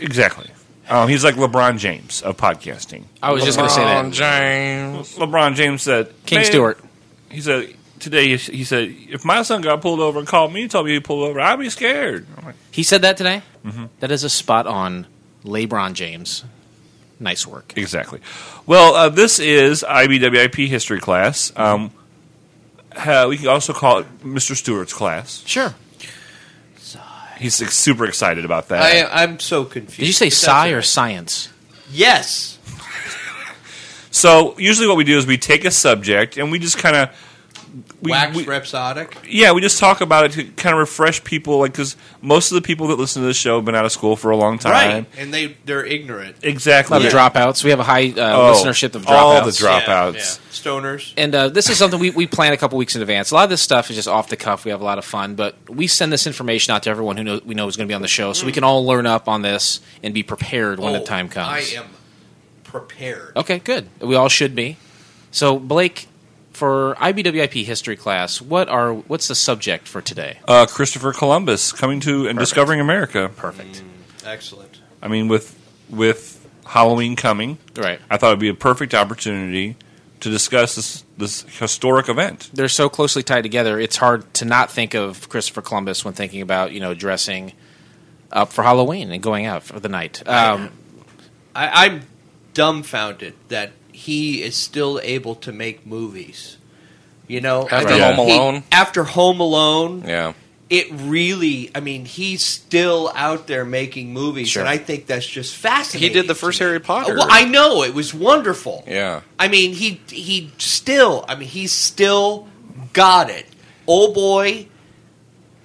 Speaker 3: Exactly. Um, he's like LeBron James of podcasting.
Speaker 5: I was just going to say that.
Speaker 4: James.
Speaker 3: LeBron James said,
Speaker 5: King
Speaker 3: "Man,"
Speaker 5: Stewart.
Speaker 3: He said today. He he said, "If my son got pulled over and called me and told me he pulled over, I'd be scared." I'm like,
Speaker 5: He said that today. That is a spot on LeBron James. Nice work.
Speaker 3: Exactly. Well, uh, this is IBWIP history class. Um, uh, we can also call it Mr. Stewart's class.
Speaker 5: Sure.
Speaker 3: He's like, super excited about that.
Speaker 2: I, I'm so confused.
Speaker 5: Did you say
Speaker 2: But that's
Speaker 5: psi
Speaker 2: all
Speaker 5: or
Speaker 2: right.
Speaker 5: science?
Speaker 2: Yes.
Speaker 3: so usually, what we do is we take a subject and we just kind of we,
Speaker 2: Wax
Speaker 3: we-
Speaker 2: rhapsodic.
Speaker 3: yeah, we just talk about it to kind of refresh people, like because most of the people that listen to this show have been out of school for a long time.
Speaker 2: Right. And they, they're ignorant.
Speaker 5: A lot
Speaker 3: Exactly.
Speaker 5: of dropouts. We have a high uh,
Speaker 3: Oh,
Speaker 5: listenership of dropouts.
Speaker 3: all the
Speaker 2: Yeah,
Speaker 3: dropouts.
Speaker 2: yeah. Stoners.
Speaker 5: and uh, this is something we, we plan a couple weeks in advance. A lot of this stuff is just off the cuff. We have a lot of fun, but we send this information out to everyone who know, we know is going to be on the show, so we can all learn up on this and be prepared when
Speaker 2: Oh,
Speaker 5: the time comes.
Speaker 2: I am prepared.
Speaker 5: Okay, good. We all should be. So, Blake, for IBWIP history class, what are what's the subject for today?
Speaker 3: Uh, Christopher Columbus coming to and discovering America.
Speaker 5: Perfect.
Speaker 2: Excellent.
Speaker 3: I mean, with with Halloween coming,
Speaker 5: Right.
Speaker 3: I thought it'd be a perfect opportunity to discuss this this historic event.
Speaker 5: They're so closely tied together. It's hard to not think of Christopher Columbus when thinking about you know dressing up for Halloween and going out for the night. Um,
Speaker 2: I, I'm dumbfounded that he is still able to make movies. You know, I
Speaker 4: After
Speaker 2: mean,
Speaker 3: Home
Speaker 2: he-
Speaker 4: Alone?
Speaker 2: after Home Alone,
Speaker 4: Yeah.
Speaker 2: it really. I mean, he's still out there making movies,
Speaker 5: Sure.
Speaker 2: and I think that's just fascinating.
Speaker 4: He did the first
Speaker 2: to me.
Speaker 4: Harry Potter.
Speaker 2: Well, I know it was wonderful.
Speaker 4: Yeah.
Speaker 2: I mean, he he still. I mean, he still got it. Oh boy,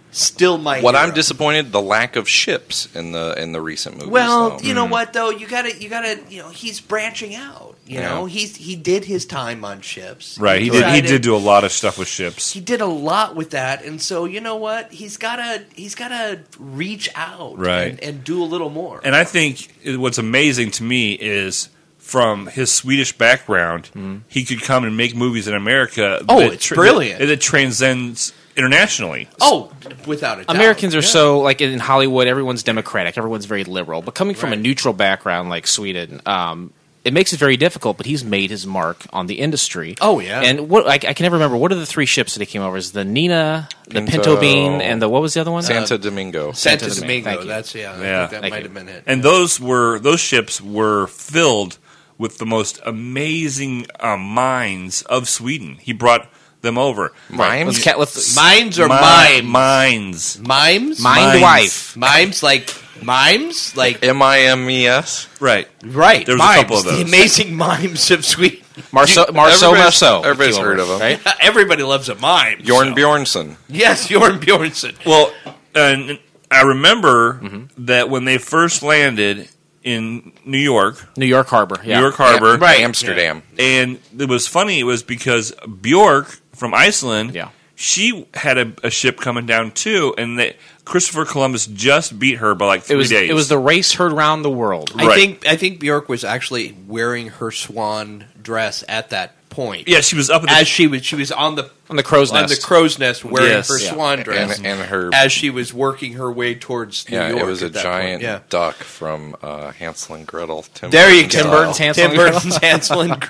Speaker 2: still my.
Speaker 4: What
Speaker 2: hero.
Speaker 4: I'm disappointed the lack of ships in the in the recent movies.
Speaker 2: Well,
Speaker 4: though. Hmm.
Speaker 2: you know what though? You gotta, you gotta, you know, he's branching out. You
Speaker 4: Yeah.
Speaker 2: know, he's he did his time on ships.
Speaker 3: Right. He did. He
Speaker 2: decided-
Speaker 3: did do a lot of stuff with ships.
Speaker 2: He did a lot with that, and so you know what? He's gotta, he's gotta reach out,
Speaker 3: Right.
Speaker 2: and, and do a little more.
Speaker 3: And I think it- what's amazing to me is from his Swedish background, he could come and make movies in America.
Speaker 2: Oh,
Speaker 3: that
Speaker 2: it's brilliant.
Speaker 3: That, that transcends internationally.
Speaker 2: oh, without a doubt,
Speaker 5: Americans are
Speaker 2: Yeah.
Speaker 5: so like in Hollywood, everyone's democratic, everyone's very liberal. But coming from a
Speaker 2: Right.
Speaker 5: neutral background like Sweden, um, it makes it very difficult. But he's made his mark on the industry.
Speaker 2: Oh, yeah.
Speaker 5: And what I, I can never remember what are the three ships that he came over? Is the Nina, the Pinto,
Speaker 4: Pinto
Speaker 5: Bean, and the what was the other one?
Speaker 4: Santa Domingo.
Speaker 2: Santo
Speaker 5: Santo Domingo,
Speaker 2: Domingo.
Speaker 5: thank you.
Speaker 2: That's yeah.
Speaker 3: Yeah.
Speaker 2: I think that
Speaker 5: Thank
Speaker 2: might
Speaker 5: you.
Speaker 2: have been it.
Speaker 3: And those were those ships were filled with the most amazing uh, minds of Sweden. He brought them over.
Speaker 5: Uh,
Speaker 4: Mimes?
Speaker 5: let's ca- let's-
Speaker 2: Mimes or
Speaker 3: Mi- Minds.
Speaker 2: mimes? mimes,
Speaker 5: mind
Speaker 3: Mimes.
Speaker 5: wife.
Speaker 2: mimes, like mimes, like
Speaker 4: M I M E S.
Speaker 3: Right.
Speaker 2: right.
Speaker 3: There was a
Speaker 2: mimes,
Speaker 3: couple of
Speaker 2: the
Speaker 3: those.
Speaker 2: amazing [laughs] mimes of Sweden. [laughs]
Speaker 5: Uh, Marceau, Marceau,
Speaker 4: everybody's-
Speaker 5: Marceau.
Speaker 4: everybody's
Speaker 5: Came
Speaker 4: heard
Speaker 5: over,
Speaker 4: of him.
Speaker 5: right?
Speaker 2: Everybody loves a mime.
Speaker 4: Jorn
Speaker 2: so.
Speaker 4: Bjornson.
Speaker 2: Yes, Jorn Bjornson.
Speaker 3: Well, and I remember that when they first landed in New York,
Speaker 5: New York Harbor. Yeah.
Speaker 3: New York Harbor,
Speaker 4: Yeah,
Speaker 2: Right.
Speaker 4: Amsterdam.
Speaker 3: and it was funny. It was because Bjork from Iceland,
Speaker 5: Yeah.
Speaker 3: she had a, a ship coming down too, and they, Christopher Columbus just beat her by like
Speaker 5: It
Speaker 3: three
Speaker 5: was
Speaker 3: days.
Speaker 5: it was the race heard round the world.
Speaker 2: I
Speaker 3: Right.
Speaker 2: think I think Bjork was actually wearing her swan dress at that point.
Speaker 3: yeah, she was up in the,
Speaker 2: As she was she was on the
Speaker 5: On the crow's
Speaker 2: on the
Speaker 5: nest.
Speaker 2: crow's nest wearing
Speaker 3: Yes.
Speaker 2: her
Speaker 3: Yeah.
Speaker 2: swan dress
Speaker 4: And, and her.
Speaker 2: as she was working her way towards New
Speaker 4: yeah,
Speaker 2: York.
Speaker 4: it was a
Speaker 2: at that
Speaker 4: giant
Speaker 2: point. [laughs] Yeah.
Speaker 4: duck from uh, Hansel and Gretel. Tim
Speaker 2: There you go.
Speaker 4: Burton's
Speaker 5: Tim Burton's Hansel and Gretel.
Speaker 4: style.
Speaker 2: Tim Burton's
Speaker 5: [laughs]
Speaker 2: Hansel and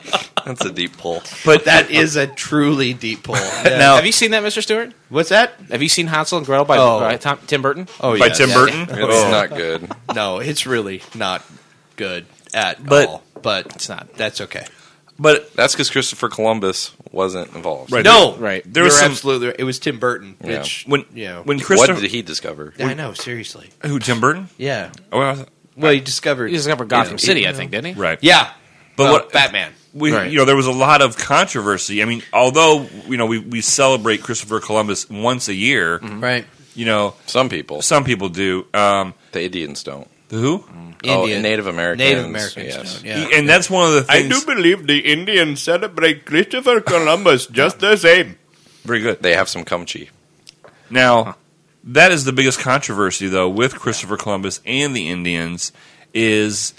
Speaker 2: Gretel.
Speaker 4: [laughs] That's a deep pull.
Speaker 2: But that is a truly deep [laughs] pull. Yeah.
Speaker 3: Now-
Speaker 5: Have you seen that, Mr. Stewart?
Speaker 2: what's that?
Speaker 5: Have you seen Hansel and Gretel by,
Speaker 2: Oh.
Speaker 5: by Tom, Tim Burton?
Speaker 2: Oh,
Speaker 3: by Tim Burton.
Speaker 4: It's
Speaker 3: Oh.
Speaker 4: not good.
Speaker 2: No, it's really not good at
Speaker 3: But-
Speaker 2: all. But it's
Speaker 5: not.
Speaker 2: That's okay.
Speaker 3: But
Speaker 4: That's because Christopher Columbus wasn't involved.
Speaker 3: Right.
Speaker 2: No,
Speaker 5: Right.
Speaker 3: There
Speaker 2: There
Speaker 3: was
Speaker 2: was
Speaker 3: some-
Speaker 2: absolutely. It was Tim Burton.
Speaker 4: Yeah.
Speaker 2: Which
Speaker 3: when
Speaker 2: you know,
Speaker 3: when
Speaker 4: What
Speaker 3: Christopher
Speaker 4: did he discover?
Speaker 2: I know seriously.
Speaker 3: who Tim Burton?
Speaker 2: Yeah.
Speaker 3: Oh, I was-
Speaker 2: Well, he discovered.
Speaker 5: He discovered Gotham City, I think, didn't he?
Speaker 3: right.
Speaker 2: yeah,
Speaker 3: But
Speaker 2: Uh,
Speaker 3: what-
Speaker 2: Batman?
Speaker 3: we,
Speaker 5: Right.
Speaker 3: you know, there was a lot of controversy. I mean, although you know we, we celebrate Christopher Columbus once a year,
Speaker 5: Mm-hmm.
Speaker 2: Right.
Speaker 3: you know,
Speaker 4: Some people.
Speaker 3: some people do. Um,
Speaker 4: The Indians don't.
Speaker 3: the who?
Speaker 4: Oh,
Speaker 2: Indian.
Speaker 4: Native Americans.
Speaker 2: Native Americans.
Speaker 4: Yes.
Speaker 2: don't, Yeah.
Speaker 3: And that's one of the things.
Speaker 6: believe the Indians celebrate Christopher Columbus just the same.
Speaker 3: very good.
Speaker 4: They have some cumchi.
Speaker 3: Now, that is the biggest controversy though with Christopher Columbus and the Indians is,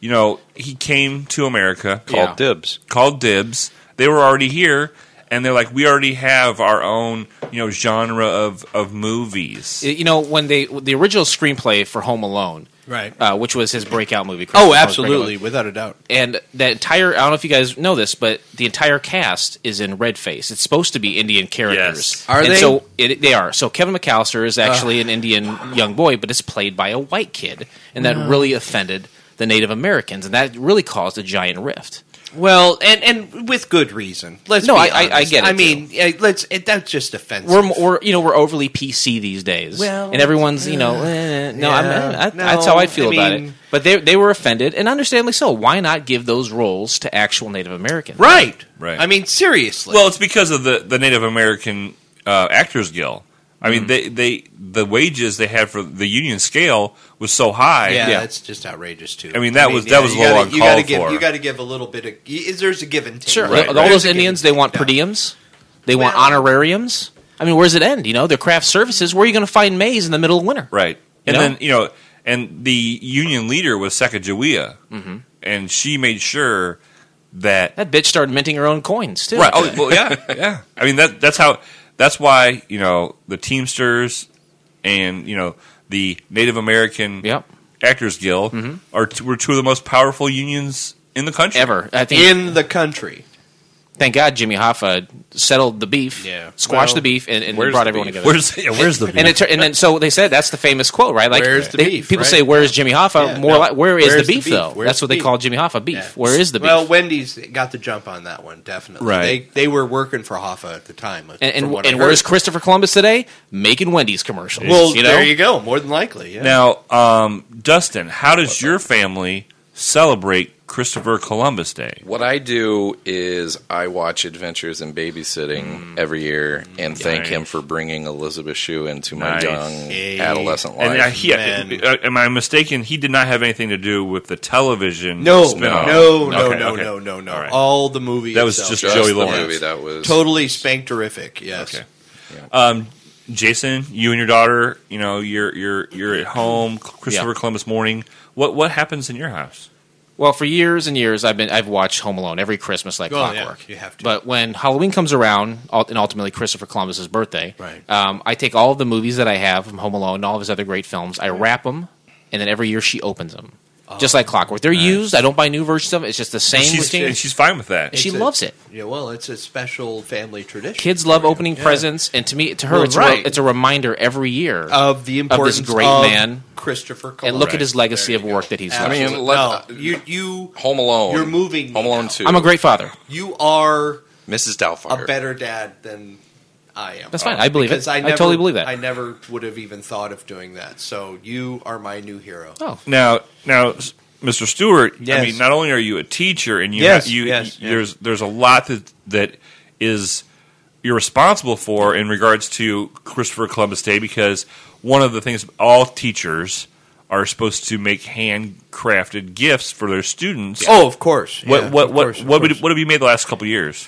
Speaker 3: you know, he came to America
Speaker 4: Called
Speaker 5: Yeah.
Speaker 4: dibs.
Speaker 3: called dibs. They were already here, and they're like, we already have our own, you know, genre of of movies.
Speaker 5: You know, when they the original screenplay for Home Alone,
Speaker 2: Right.
Speaker 5: uh, which was his breakout movie. Christopher
Speaker 2: oh,
Speaker 5: Columbus
Speaker 2: absolutely,
Speaker 5: breakout
Speaker 2: without a doubt.
Speaker 5: movie. And that entire I don't know if you guys know this, but the entire cast is in red face. It's supposed to be Indian characters.
Speaker 3: Yes.
Speaker 2: Are
Speaker 5: And
Speaker 2: they?
Speaker 5: So it, they are. So Kevin McAllister is actually an Indian young boy, but it's played by a white kid, and that really offended the Native Americans, and that really caused a giant rift.
Speaker 2: Well, and and with good reason. Let's
Speaker 5: No,
Speaker 2: be
Speaker 5: I- I- I
Speaker 2: honest.
Speaker 5: get it,
Speaker 2: I
Speaker 5: too.
Speaker 2: mean, yeah, let's. It, that's just offensive.
Speaker 5: we're, mo- we're you know we're overly PC these days,
Speaker 2: Well,
Speaker 5: and everyone's you know eh, no, I'm, eh, I,
Speaker 2: yeah,
Speaker 5: that's how I feel
Speaker 2: no, I
Speaker 5: about it.
Speaker 2: mean-
Speaker 5: But they they were offended, and understandably so. Why not give those roles to actual Native Americans?
Speaker 2: right.
Speaker 3: Right.
Speaker 2: I mean, seriously.
Speaker 3: Well, it's because of the the Native American uh, Actors Guild. I mean,
Speaker 4: Mm-hmm.
Speaker 3: they, they the wages they had for the union scale was so high.
Speaker 2: yeah, that's just outrageous too.
Speaker 3: I mean, that was- that was
Speaker 2: you
Speaker 3: low
Speaker 2: gotta-
Speaker 3: on
Speaker 2: you gotta
Speaker 3: call
Speaker 2: give,
Speaker 3: for.
Speaker 2: You got to give a little bit of. y- There's a give and take.
Speaker 5: sure.
Speaker 3: Right,
Speaker 5: all
Speaker 3: right.
Speaker 5: those Indians they want per diems, they want
Speaker 2: Well-
Speaker 5: honorariums. I mean, where does it end? You know, their craft services. Where are you going to find maize in the middle of winter?
Speaker 3: right.
Speaker 5: You
Speaker 3: And
Speaker 5: know?
Speaker 3: then you know, and the union leader was Sacagawea,
Speaker 5: Mm-hmm.
Speaker 3: and she made sure that.
Speaker 5: That bitch started minting her own coins too.
Speaker 3: right. Oh, well, yeah, yeah. I mean, that that's how. That's why you know the Teamsters and you know the Native American
Speaker 5: Yep. Mm-hmm.
Speaker 3: Actors Guild are t- were two of the most powerful unions in the country.
Speaker 5: ever. I think.
Speaker 2: in the country.
Speaker 5: thank God Jimmy Hoffa settled the beef,
Speaker 2: Yeah.
Speaker 5: squashed
Speaker 2: Well,
Speaker 5: the beef, and, and
Speaker 4: where's
Speaker 5: brought
Speaker 4: the
Speaker 5: everyone
Speaker 4: beef?
Speaker 5: together.
Speaker 3: Where's yeah, where's the
Speaker 5: and, it, tur- and then so they said that's the famous quote, right? Like
Speaker 2: Where's the
Speaker 5: they-
Speaker 2: beef,
Speaker 5: people
Speaker 2: right?
Speaker 5: say, "Where's Jimmy Hoffa?"
Speaker 2: Yeah,
Speaker 5: More
Speaker 2: no.
Speaker 5: like, "Where is the
Speaker 2: Where's the
Speaker 5: beef?"
Speaker 2: beef?
Speaker 5: Though
Speaker 2: Where's
Speaker 5: that's
Speaker 2: the
Speaker 5: what they
Speaker 2: beef?
Speaker 5: call Jimmy Hoffa beef.
Speaker 2: Yeah.
Speaker 5: Where is the beef?
Speaker 2: Well, Wendy's got the jump on that one, definitely.
Speaker 3: Right.
Speaker 2: They, they were working for Hoffa at the time.
Speaker 5: and
Speaker 2: from
Speaker 5: and,
Speaker 2: what I
Speaker 5: and where's
Speaker 2: heard.
Speaker 5: Christopher Columbus today? Making Wendy's commercials.
Speaker 2: Well,
Speaker 5: you know?
Speaker 2: there you go. More than likely, yeah.
Speaker 3: Now, um, Dustin, how does your family celebrate Christopher Columbus Day?
Speaker 4: What I do is I watch Adventures in Babysitting every year and thank
Speaker 3: nice.
Speaker 4: him for bringing Elizabeth Shue into my
Speaker 3: Nice.
Speaker 4: young
Speaker 2: Hey.
Speaker 4: adolescent life.
Speaker 3: And I, he,
Speaker 2: man.
Speaker 3: uh, am I mistaken? He did not have anything to do with the television.
Speaker 2: no,
Speaker 3: spin-off.
Speaker 2: no, no,
Speaker 3: Okay,
Speaker 2: no,
Speaker 3: okay.
Speaker 2: no, no, no.
Speaker 3: All right.
Speaker 2: All the movie.
Speaker 3: That was
Speaker 2: itself.
Speaker 3: just
Speaker 4: Just
Speaker 3: Joey
Speaker 4: the
Speaker 3: Lawrence.
Speaker 4: movie that was
Speaker 2: totally spankterific. Yes.
Speaker 3: Okay. Um, Jason, you and your daughter, you know, you're you're you're at home, Christopher
Speaker 5: Yeah.
Speaker 3: Columbus morning. What what happens in your house?
Speaker 5: Well, for years and years, I've been I've watched Home Alone every Christmas like
Speaker 2: Well, yeah,
Speaker 5: clockwork.
Speaker 2: you have to.
Speaker 5: But when Halloween comes around, ul- and ultimately Christopher Columbus's birthday,
Speaker 2: Right.
Speaker 5: um, I take all of the movies that I have from Home Alone and all of his other great films. I wrap them, and then every year she opens them,
Speaker 2: Oh.
Speaker 5: just like clockwork. They're used. I don't buy new versions of them. It's just the same
Speaker 3: She's,
Speaker 5: routine.
Speaker 3: and she's fine with that.
Speaker 5: she
Speaker 2: It's a-
Speaker 5: loves it.
Speaker 2: Yeah. Well, it's a special family tradition.
Speaker 5: Kids love opening presents, and to me, to her,
Speaker 2: Well,
Speaker 5: it's, a re-
Speaker 2: right.
Speaker 5: it's a reminder every year.
Speaker 2: of the importance
Speaker 5: great
Speaker 2: of
Speaker 5: man.
Speaker 2: Christopher Columbus.
Speaker 5: and look at his legacy
Speaker 2: There
Speaker 5: of
Speaker 2: you go.
Speaker 5: work that he's
Speaker 4: I
Speaker 5: done.
Speaker 4: mean,
Speaker 2: Absolutely.
Speaker 4: let-
Speaker 2: no, you you
Speaker 4: Home Alone.
Speaker 2: You're moving me
Speaker 4: Home Alone
Speaker 2: now.
Speaker 4: Two.
Speaker 5: I'm a great father.
Speaker 2: you are
Speaker 4: Mrs.
Speaker 2: a
Speaker 4: Doubtfire.
Speaker 2: better dad than I am.
Speaker 5: That's fine. I believe
Speaker 2: Because
Speaker 5: it. I, totally believe that.
Speaker 2: I never would have even thought of doing that. So you are my new hero.
Speaker 5: oh,
Speaker 3: Now, now, s- Mr. Stewart, I
Speaker 2: Yes.
Speaker 3: mean, not only are you a teacher, and you,
Speaker 2: Yes,
Speaker 3: you,
Speaker 2: yes,
Speaker 3: you-
Speaker 2: yes.
Speaker 3: there's there's a lot that that is you're responsible for in regards to Christopher Columbus Day because one of the things all teachers are supposed to make handcrafted gifts for their students.
Speaker 2: Oh, of course.
Speaker 3: what
Speaker 2: Yeah,
Speaker 3: what
Speaker 2: of
Speaker 3: what
Speaker 2: course, of
Speaker 3: what, would,
Speaker 2: course.
Speaker 3: what have you made the last couple of years?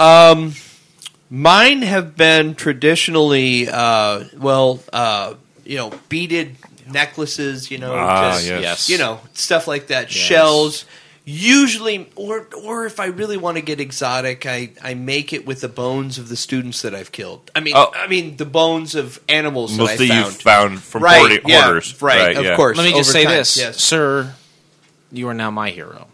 Speaker 2: Mine have been traditionally, uh, well, uh, you know, beaded necklaces. You know,
Speaker 3: Ah,
Speaker 2: just,
Speaker 3: yes. Yes.
Speaker 2: you know, stuff like that. Shells. Usually, or or if I really want to get exotic, I, I make it with the bones of the students that I've killed. I mean,
Speaker 3: Oh.
Speaker 2: I mean the bones of animals that I
Speaker 3: Mostly
Speaker 2: found.
Speaker 3: you found from
Speaker 2: Right,
Speaker 3: hoardi-
Speaker 2: yeah,
Speaker 3: hoarders,
Speaker 2: right, of
Speaker 3: yeah.
Speaker 2: course.
Speaker 5: let me just
Speaker 2: over
Speaker 5: say
Speaker 2: time,
Speaker 5: this,
Speaker 2: yes.
Speaker 5: sir. You are now my hero.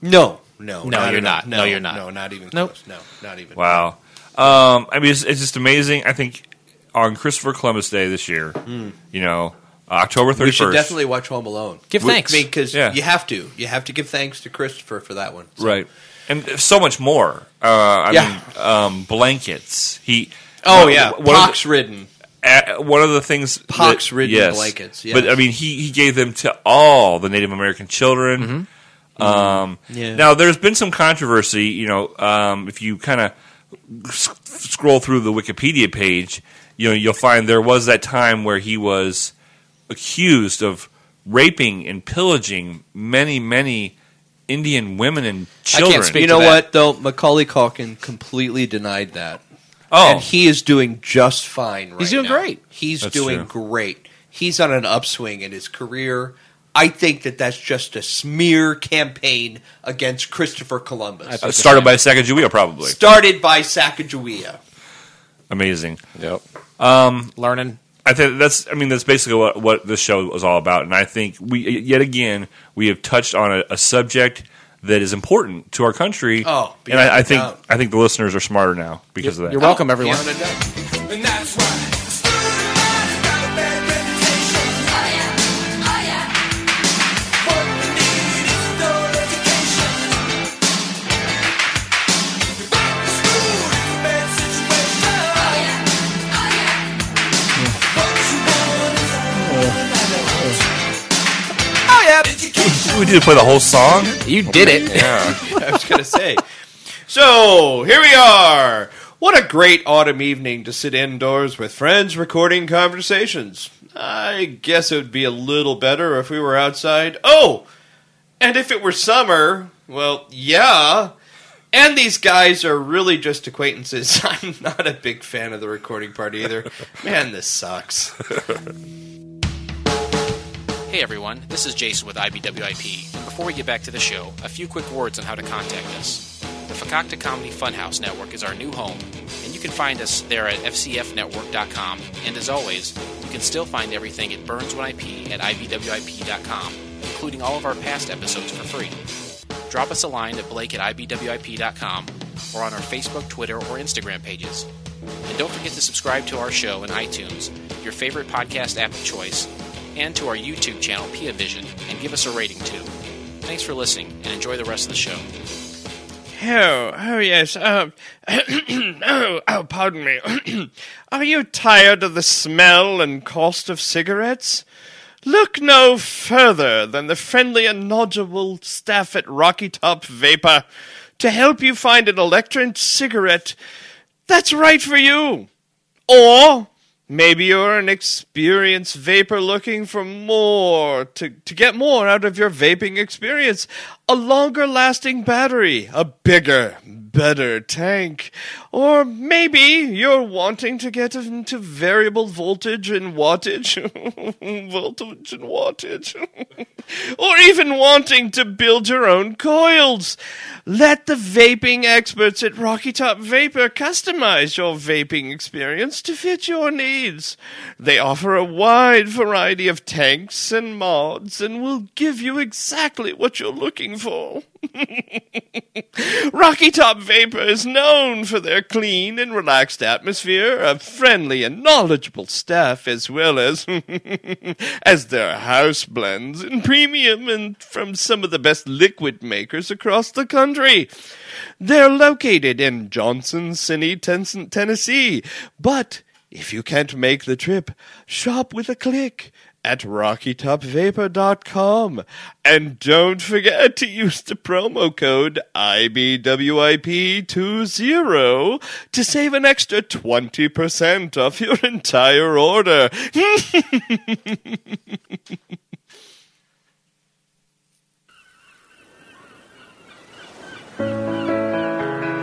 Speaker 2: No, no,
Speaker 5: No, you're
Speaker 2: at
Speaker 5: not.
Speaker 2: all.
Speaker 5: No, you're not.
Speaker 2: No, not even
Speaker 5: Nope.
Speaker 2: close. No, not even.
Speaker 3: Wow. Um, I mean, it's, it's just amazing. I think on Christopher Columbus Day this year, you know, October 31st.
Speaker 2: We should definitely watch Home Alone.
Speaker 5: Give
Speaker 2: We-
Speaker 5: thanks.
Speaker 2: I mean, because
Speaker 3: Yeah.
Speaker 2: you have to. You have to give thanks to Christopher for that one. So-
Speaker 3: Right. And so much more. Uh, I
Speaker 2: Yeah.
Speaker 3: mean, um, blankets. He.
Speaker 2: Oh yeah,
Speaker 3: One of the-
Speaker 2: pox ridden.
Speaker 3: uh, one of the things that-
Speaker 2: Pox-ridden blankets, yes.
Speaker 3: but I mean he he gave them to all the Native American children.
Speaker 2: Mm-hmm.
Speaker 3: Um,
Speaker 2: Yeah.
Speaker 3: Now there's been some controversy, you know, um, if you kind of sc- scroll through the Wikipedia page, you know, you'll find there was that time where he was accused of raping and pillaging many many Indian women and
Speaker 5: can't
Speaker 3: children.
Speaker 5: speak-
Speaker 2: You
Speaker 5: to
Speaker 2: know
Speaker 5: that.
Speaker 2: what though? Macaulay Calkin completely denied that,
Speaker 3: oh,
Speaker 2: and he is doing just fine. Right
Speaker 5: He's doing
Speaker 2: now.
Speaker 5: great.
Speaker 2: He's
Speaker 3: That's
Speaker 2: doing
Speaker 3: true.
Speaker 2: great. He's on an upswing in his career. I think that that's just a smear campaign against Christopher Columbus,
Speaker 3: Uh, started by Sacagawea probably.
Speaker 2: started by Sacagawea.
Speaker 3: Amazing.
Speaker 4: Yep.
Speaker 5: Um, Learning.
Speaker 3: I think that's. I mean, that's basically what what this show was all about. And I think we yet again we have touched on a, a subject that is important to our country.
Speaker 2: Oh,
Speaker 3: and I, I think
Speaker 2: beyond doubt.
Speaker 3: I think the listeners are smarter now because of that.
Speaker 5: You're welcome, everyone.
Speaker 2: Beyond a doubt.
Speaker 7: And that's why.
Speaker 3: We did play the whole song.
Speaker 5: You did it.
Speaker 2: [laughs] I was going to say. So here we are. What a great autumn evening to sit indoors with friends recording conversations. I guess it would be a little better if we were outside. Oh, and if it were summer, well, yeah. And these guys are really just acquaintances. [laughs] I'm not a big fan of the recording part either. Man, this sucks.
Speaker 5: Hey everyone, this is Jason with IBWIP, and before we get back to the show, a few quick words on how to contact us. The Fakakta Comedy Funhouse Network is our new home, and you can find us there at fcfnetwork.com, and as always, you can still find everything at burnsonip at ibwip.com, including all of our past episodes for free. drop us a line at blake at ibwip.com or on our Facebook, Twitter, or Instagram pages. And don't forget to subscribe to our show in iTunes, your favorite podcast app of choice, and to our YouTube channel, Pia Vision, and give us a rating too. Thanks for listening and enjoy the rest of the show.
Speaker 7: Oh, oh yes. Um, [coughs] oh, oh, pardon me. [coughs] Are you tired of the smell and cost of cigarettes? Look no further than the friendly and knowledgeable staff at Rocky Top Vapor to help you find an electric cigarette that's right for you. Or maybe you're an experienced vapor looking for more to, to get more out of your vaping experience. A longer lasting battery, a bigger, better tank. Or maybe you're wanting to get into variable voltage and wattage. [laughs] voltage and wattage. [laughs] or even wanting to build your own coils. Let the vaping experts at Rocky Top Vapor customize your vaping experience to fit your needs. They offer a wide variety of tanks and mods and will give you exactly what you're looking for. Rocky Top Vapor is known for their clean and relaxed atmosphere, a friendly and knowledgeable staff, as well as [laughs] as their house blends and premium and from some of the best liquid makers across the country. They're located in Johnson City, Ten- Tennessee, but if you can't make the trip, shop with a click at rockytopvapor.com and don't forget to use the promo code IBWIP20 to save an extra 20% off your entire order.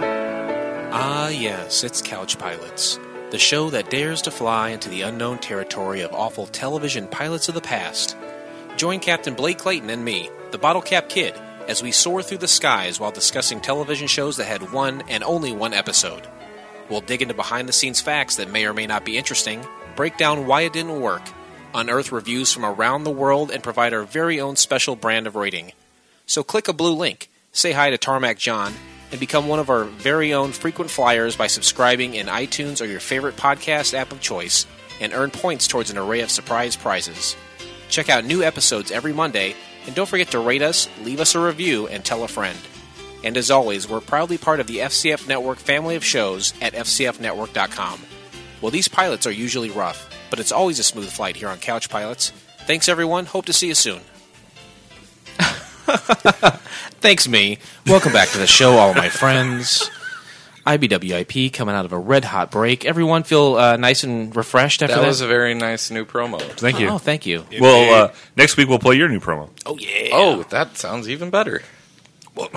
Speaker 5: Ah, yes, it's Couch Pilots, the show that dares to fly into the unknown territory of awful television pilots of the past. Join Captain Blake Clayton and me, the Bottle Cap Kid, as we soar through the skies while discussing television shows that had one and only one episode. We'll dig into behind the scenes facts that may or may not be interesting, break down why it didn't work, unearth reviews from around the world, and provide our very own special brand of rating. So click a blue link, say hi to Tarmac John, and become one of our very own frequent flyers by subscribing in iTunes or your favorite podcast app of choice and earn points towards an array of surprise prizes. Check out new episodes every Monday, and don't forget to rate us, leave us a review, and tell a friend. And as always, we're proudly part of the FCF Network family of shows at FCFnetwork.com. Well, these pilots are usually rough, but it's always a smooth flight here on Couch Pilots. Thanks, everyone. Hope to see you soon. [laughs] Thanks, me. Welcome back to the show, all my friends. IBWIP coming out of a red hot break. Everyone feel uh, nice and refreshed after
Speaker 4: That
Speaker 5: that.
Speaker 4: was a very nice new promo.
Speaker 3: Thank you.
Speaker 5: Oh, thank you.
Speaker 3: well, uh, next week we'll play your new promo.
Speaker 5: Oh yeah.
Speaker 4: Oh, that sounds even better.
Speaker 5: well,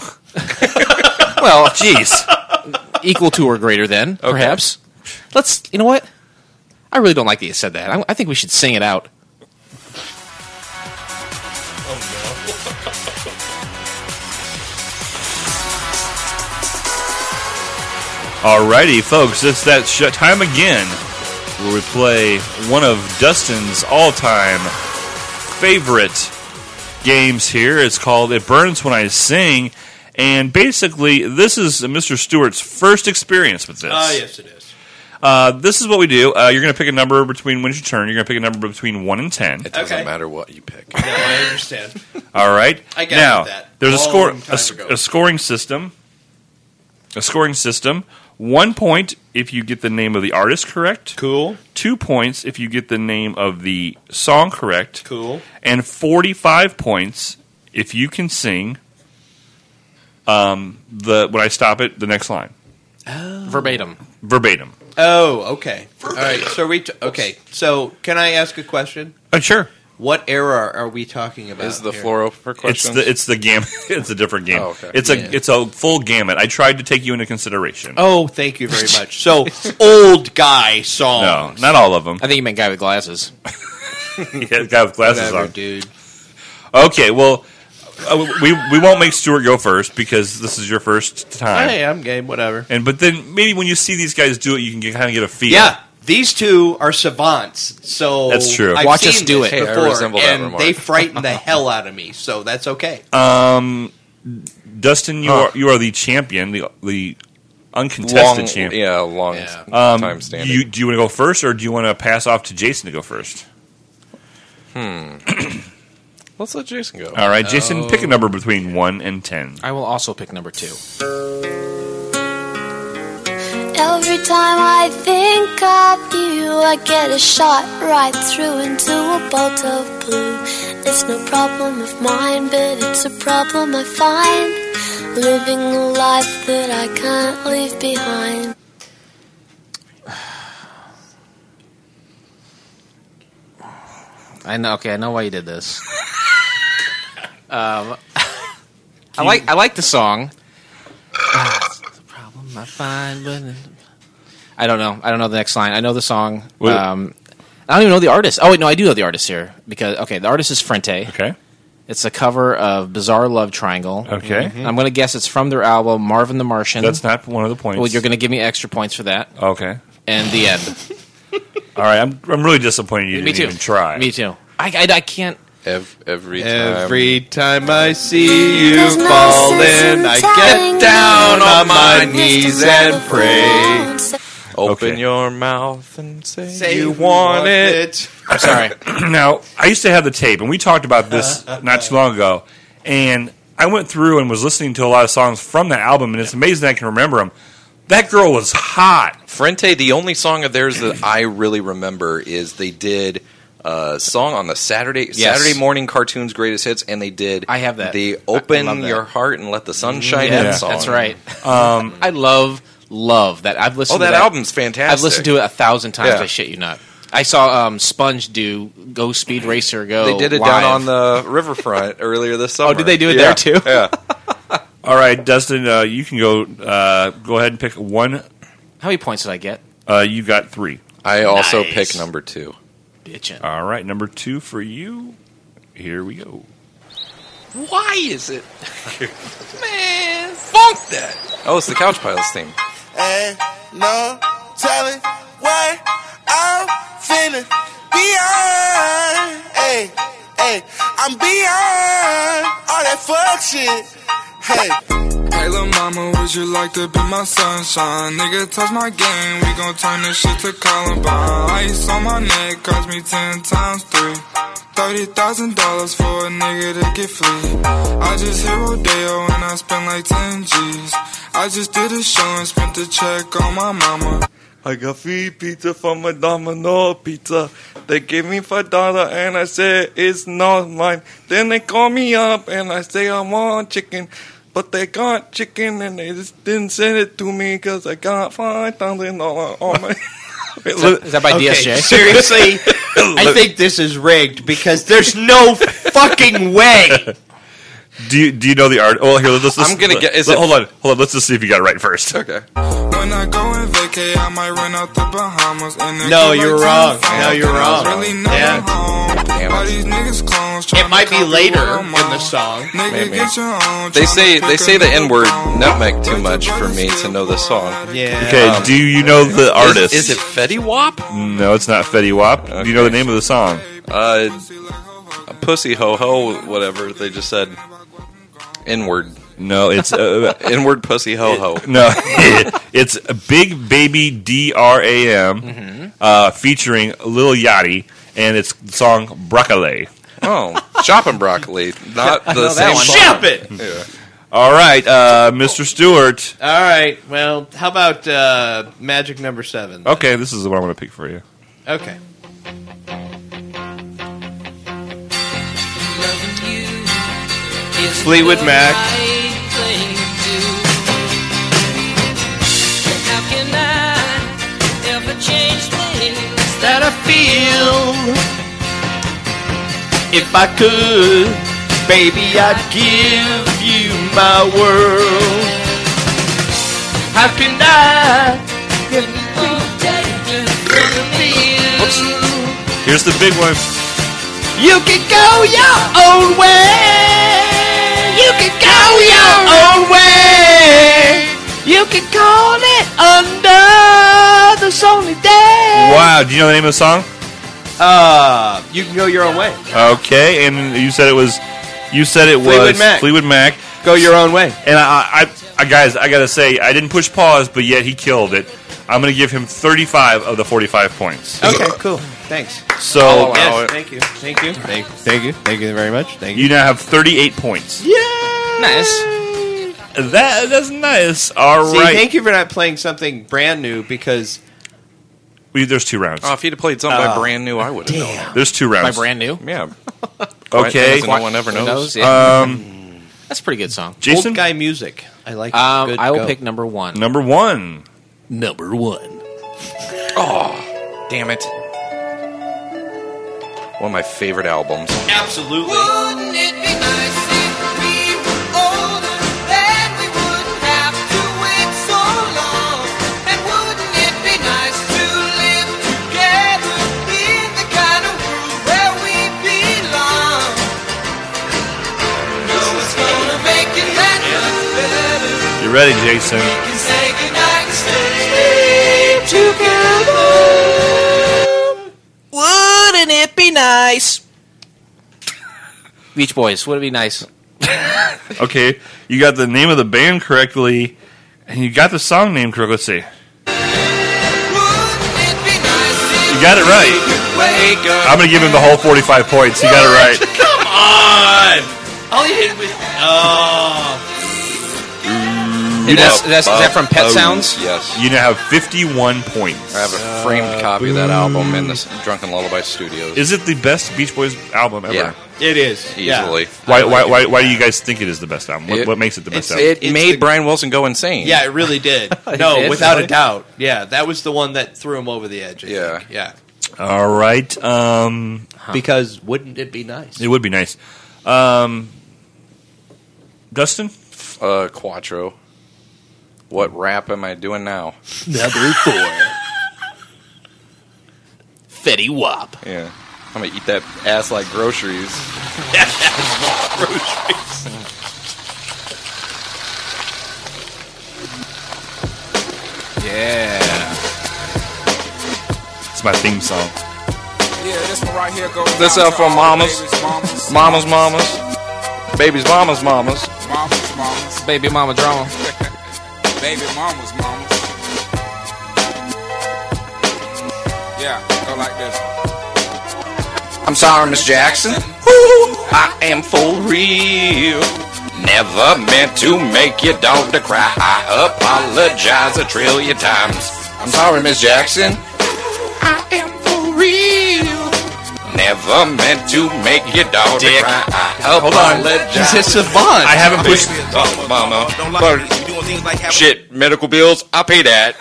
Speaker 5: jeez. [laughs] Equal to or greater than, perhaps. Let's. You know what? I really don't like that you said that. I, I think we should sing it out.
Speaker 3: Alrighty, folks, it's that sh- time again where we play one of Dustin's all-time favorite games. Here, it's called "It Burns When I Sing," and basically, this is Mr. Stewart's first experience with this.
Speaker 2: Ah, yes, it is.
Speaker 3: Uh, this is what we do. Uh, you're going to pick a number between when you turn. You're going to pick a number between one and ten.
Speaker 4: It doesn't
Speaker 2: Okay.
Speaker 4: matter what you pick.
Speaker 2: Now I understand.
Speaker 3: All right.
Speaker 2: I gathered
Speaker 3: now,
Speaker 2: that
Speaker 3: There's a
Speaker 2: long
Speaker 3: score,
Speaker 2: time
Speaker 3: a, s-
Speaker 2: ago.
Speaker 3: a scoring system. A scoring system. One point if you get the name of the artist correct.
Speaker 2: Cool,
Speaker 3: Two points if you get the name of the song correct.
Speaker 2: cool.
Speaker 3: And 45 points if you can sing. Um, the when I stop it, the next line
Speaker 5: Verbatim.
Speaker 3: verbatim.
Speaker 2: Oh, okay. All right. So are we t- okay. So can I ask a question?
Speaker 3: Uh, sure.
Speaker 2: What era are we talking about?
Speaker 4: Is the
Speaker 2: here?
Speaker 4: floor open for
Speaker 3: It's
Speaker 4: questions?
Speaker 3: the it's the gamut. [laughs] it's a different game.
Speaker 4: Oh, okay.
Speaker 3: It's a
Speaker 2: Yeah.
Speaker 3: it's a full gamut. I tried to take you into consideration.
Speaker 2: Oh, thank you very much. So old guy
Speaker 3: no,
Speaker 2: songs.
Speaker 3: not all of them. [laughs]
Speaker 5: I think you meant guy with glasses.
Speaker 3: yeah, guy with glasses
Speaker 2: Whatever,
Speaker 3: on.
Speaker 2: dude.
Speaker 3: Okay, well, uh, we we won't make Stuart go first because this is your first time.
Speaker 2: Hey, I'm game. Whatever.
Speaker 3: And but then maybe when you see these guys do it, you can get, kind of get a feel.
Speaker 2: Yeah, these two are savants. So
Speaker 3: That's true.
Speaker 2: I've
Speaker 5: Watch
Speaker 2: seen
Speaker 5: us do
Speaker 2: this
Speaker 4: it. Hey, I
Speaker 2: before,
Speaker 4: resemble that
Speaker 2: and
Speaker 4: remark.
Speaker 2: they frighten the hell out of me. So that's okay.
Speaker 3: Um. Dustin, you
Speaker 4: Huh.
Speaker 3: are you are the champion, the the uncontested
Speaker 4: Long,
Speaker 3: champion.
Speaker 4: yeah, long
Speaker 2: Yeah.
Speaker 3: Um,
Speaker 4: time standing.
Speaker 3: You, do you want to go first, or do you want to pass off to Jason to go first?
Speaker 4: Let's let Jason go.
Speaker 3: All right, Jason, pick a number between one and ten.
Speaker 5: I will also pick number two.
Speaker 8: Every time I think of you, I get a shot right through into a bolt of blue. It's no problem of mine, but it's a problem I find living a life that I can't leave behind.
Speaker 5: I know. Okay, I know why you did [laughs] this. [laughs] um, I like I like the [sighs] song. Ah, it's the problem I find, but I don't know. I don't know the next line. I know the song.
Speaker 3: Well-
Speaker 5: Um, I don't even know the artist. Oh wait, no, I do know the artist here because okay, the artist is Frente.
Speaker 3: Okay.
Speaker 5: It's a cover of Bizarre Love Triangle.
Speaker 3: Okay.
Speaker 4: Mm-hmm.
Speaker 3: Um,
Speaker 5: I'm gonna guess it's from their album Marvin the Martian.
Speaker 3: That's not one of the points.
Speaker 5: well, you're gonna give me extra points for that.
Speaker 3: Okay.
Speaker 5: And the end.
Speaker 3: All right. I'm I'm really disappointed you
Speaker 5: me
Speaker 3: didn't
Speaker 5: too.
Speaker 3: even try.
Speaker 5: Me too. I, I, I can't.
Speaker 4: Ev- every time.
Speaker 2: Every time I see you
Speaker 8: There's no sense in
Speaker 2: falling, I
Speaker 8: telling
Speaker 2: get down
Speaker 8: you.
Speaker 2: on my
Speaker 8: Mr.
Speaker 2: knees and pray.
Speaker 8: Telephone, say-
Speaker 4: Open
Speaker 3: Okay.
Speaker 4: your mouth and say,
Speaker 2: You want it?
Speaker 5: I'm sorry.
Speaker 3: [clears throat] Now, I used to have the tape, and we talked about this not too long ago. And I went through and was listening to a lot of songs from that album, and it's amazing I can remember them. That girl was hot.
Speaker 4: Frente, the only song of theirs that I really remember is they did a song on the Saturday Saturday morning cartoons greatest hits, and they did.
Speaker 5: I have that. I-
Speaker 4: They
Speaker 5: I love
Speaker 4: open
Speaker 5: that.
Speaker 4: your heart and let the sun shine
Speaker 5: Yeah,
Speaker 4: in. Song.
Speaker 5: That's right.
Speaker 3: Um,
Speaker 5: [laughs] I love love that. I've listened. to
Speaker 4: Oh, that,
Speaker 5: that
Speaker 4: album's fantastic.
Speaker 5: I've listened to it a thousand times.
Speaker 4: Yeah.
Speaker 5: I shit you not. I saw um, Sponge do Go Speed Racer Go.
Speaker 4: They did it
Speaker 5: live.
Speaker 4: down on the
Speaker 5: [laughs]
Speaker 4: riverfront earlier this summer.
Speaker 5: Oh, did they do it
Speaker 4: Yeah.
Speaker 5: there too?
Speaker 4: Yeah.
Speaker 3: All right, Dustin, uh, you can go. Uh, go ahead and pick one.
Speaker 5: How many points did I get?
Speaker 3: Uh, you got three.
Speaker 5: [laughs]
Speaker 4: I also
Speaker 5: Nice.
Speaker 4: pick number two.
Speaker 5: Bitchin'.
Speaker 3: All right, number two for you. Here we go.
Speaker 4: Why is it? Man, funk that. Oh, it's the Couch Pilots theme.
Speaker 9: Ain't no telling what I'm feeling. Beyond, hey, hey, I'm beyond all that fuck shit. Hey. Hey, little mama, would you like to be my sunshine? Nigga, touch my game, we gon' turn this shit to Columbine. Ice on my neck, cost me ten times three. Thirty thousand dollars for a nigga to get free. I just hit Rodeo and I spent like ten G's. I just did a show and spent the check on my mama.
Speaker 10: I got free pizza from a Domino pizza. They gave me five dollar and I said it's not mine. Then they call me up and I say I want chicken, but they got chicken and they just didn't send it to me because I got five thousand dollar on my.
Speaker 5: Is that- is that by
Speaker 2: Okay,
Speaker 5: DSJ?
Speaker 2: seriously, [laughs] I think this is rigged because there's no fucking way.
Speaker 3: Do you, do you know the art? Oh, here, let's. let's
Speaker 4: I'm gonna get- is
Speaker 3: let-
Speaker 4: it-
Speaker 3: hold on, hold on. Let's just see if you got it right first.
Speaker 4: [laughs] Okay.
Speaker 9: When I go and vacay, I might run out the Bahamas. And then
Speaker 2: No,
Speaker 9: get
Speaker 2: you're
Speaker 9: like
Speaker 2: wrong.
Speaker 9: 10
Speaker 2: No, you're
Speaker 9: pounds.
Speaker 2: wrong.
Speaker 9: Really know
Speaker 2: Yeah.
Speaker 9: I'm home.
Speaker 4: Damn it.
Speaker 9: All these niggas clones
Speaker 2: It
Speaker 9: tryna
Speaker 2: might be
Speaker 9: copy what
Speaker 2: later
Speaker 9: I'm
Speaker 2: in
Speaker 9: on.
Speaker 2: the song.
Speaker 9: Nigga,
Speaker 4: Maybe.
Speaker 9: get your own,
Speaker 4: They
Speaker 9: tryna
Speaker 4: say
Speaker 9: pick
Speaker 4: they say the
Speaker 9: another
Speaker 4: N word
Speaker 9: bone.
Speaker 4: nutmeg too much for me to know this song.
Speaker 2: Yeah.
Speaker 3: Okay, do you know the artist?
Speaker 4: um, Is, is it Fetty Wap?
Speaker 3: No, it's not Fetty Wap. Do you know the name of the song?
Speaker 4: Uh, pussy ho ho, whatever they just said. N word,
Speaker 3: No, it's
Speaker 4: [laughs]
Speaker 3: uh,
Speaker 4: N word, pussy ho ho.
Speaker 3: no, [laughs] it's Big Baby D R A
Speaker 2: Mm-hmm.
Speaker 3: M, uh, featuring Lil Yachty, and it's the song Broccoli.
Speaker 4: Oh, chopping broccoli, not the same.
Speaker 5: one.
Speaker 4: song.
Speaker 2: Shop it.
Speaker 3: All right, uh, Mr. Stewart.
Speaker 2: All right. Well, how about uh, magic number seven?
Speaker 3: Okay, this is the one I'm going to pick for you.
Speaker 2: Okay. Fleetwood Mac. That I feel. If I could, baby, I'd give you my world. How can I?
Speaker 3: Here's the big one.
Speaker 2: You can go your own way. You can go your own way. You can call it under. There's only day.
Speaker 3: Wow, do you know the name of the song?
Speaker 2: Uh, you can go your own way.
Speaker 3: Okay, and you said it was. You said it was
Speaker 2: Fleetwood Mac.
Speaker 3: Fleetwood Mac.
Speaker 2: Go your own way.
Speaker 3: And I, I, I guys, I gotta say, I didn't push pause, but yet he killed it. I'm gonna give him 35 of the 45 points.
Speaker 2: Okay, cool. Thanks.
Speaker 3: So
Speaker 2: Oh, yes, thank you. Thank you. Thank,
Speaker 1: Oh, Thank you. Thank you very much. Thank
Speaker 3: you now have 38 points.
Speaker 5: Nice.
Speaker 3: That that's nice. All right.
Speaker 2: See, thank you for not playing something brand new because
Speaker 3: we, there's two rounds.
Speaker 4: Oh, if he'd have played something by brand new, I would have known.
Speaker 3: There's two
Speaker 5: My
Speaker 3: rounds.
Speaker 5: brand new.
Speaker 4: Yeah. Quiet
Speaker 3: okay.
Speaker 4: Things No one ever knows.
Speaker 5: Knows, yeah.
Speaker 3: Um,
Speaker 5: That's a pretty good song.
Speaker 3: Jason,
Speaker 2: old guy music. I like. it.
Speaker 5: Um,
Speaker 2: Good
Speaker 5: I will
Speaker 2: go.
Speaker 5: pick number one.
Speaker 3: number one.
Speaker 5: Number one.
Speaker 4: Damn it. One of my favorite albums.
Speaker 2: absolutely.
Speaker 11: Wouldn't it be nice if we were older? Then we wouldn't have to wait so long. And wouldn't it be nice to live together in the kind of world where we belong? No, it's gonna make it happen.
Speaker 3: You ready, Jason?
Speaker 11: We can say goodnight and stay together. Wouldn't it be nice?
Speaker 5: Beach Boys. Would it be nice?
Speaker 3: Okay. You got the name of the band correctly, and you got the song name correct. Let's see. You
Speaker 11: Wouldn't it be nice if
Speaker 3: got it right.
Speaker 11: Wake up.
Speaker 3: I'm gonna give him the whole 45 points. You got it right.
Speaker 5: And that's, that's, is that from
Speaker 4: uh,
Speaker 5: Pet Sounds?
Speaker 4: Oh, Yes.
Speaker 3: You now have 51 points.
Speaker 4: I have a framed copy of that album in the s- Drunken Lullaby Studios.
Speaker 3: Is it the best Beach Boys album ever?
Speaker 4: yeah,
Speaker 2: It is. Yeah.
Speaker 4: easily.
Speaker 3: Why, why, why, why do you guys think it is the best album? What,
Speaker 4: It-
Speaker 3: what makes it the best album?
Speaker 4: It
Speaker 2: It's
Speaker 4: made
Speaker 2: the-
Speaker 4: Brian Wilson go insane.
Speaker 2: Yeah, it really [laughs] did.
Speaker 5: did?
Speaker 2: No, without
Speaker 5: Really?
Speaker 2: a doubt. Yeah, that was the one that threw him over the edge. I
Speaker 4: Yeah.
Speaker 2: think. yeah.
Speaker 3: All right. Um,
Speaker 2: Because wouldn't it be nice?
Speaker 3: it would be nice. Um, Dustin?
Speaker 4: Uh, Quattro. What rap am I doing [laughs] now?
Speaker 2: Another four.
Speaker 5: Fetty Wap.
Speaker 4: Yeah. I'm going to eat that ass like groceries.
Speaker 3: It's my theme song.
Speaker 4: This out for mamas. Mamas, mamas. Babies, mamas, mamas.
Speaker 5: Baby Mama Drama.
Speaker 11: Baby mama's mama. Yeah, go like this.
Speaker 4: I'm sorry, Miss Jackson. Ooh, I am for real. Never meant to make your daughter cry. I apologize a trillion times. I'm sorry, Miss Jackson. I am for real. Never meant to make your daughter cry. I apologize.
Speaker 2: He's a savant.
Speaker 3: I haven't pushed.
Speaker 4: Oh, mama. But shit, medical bills, I pay [laughs] that.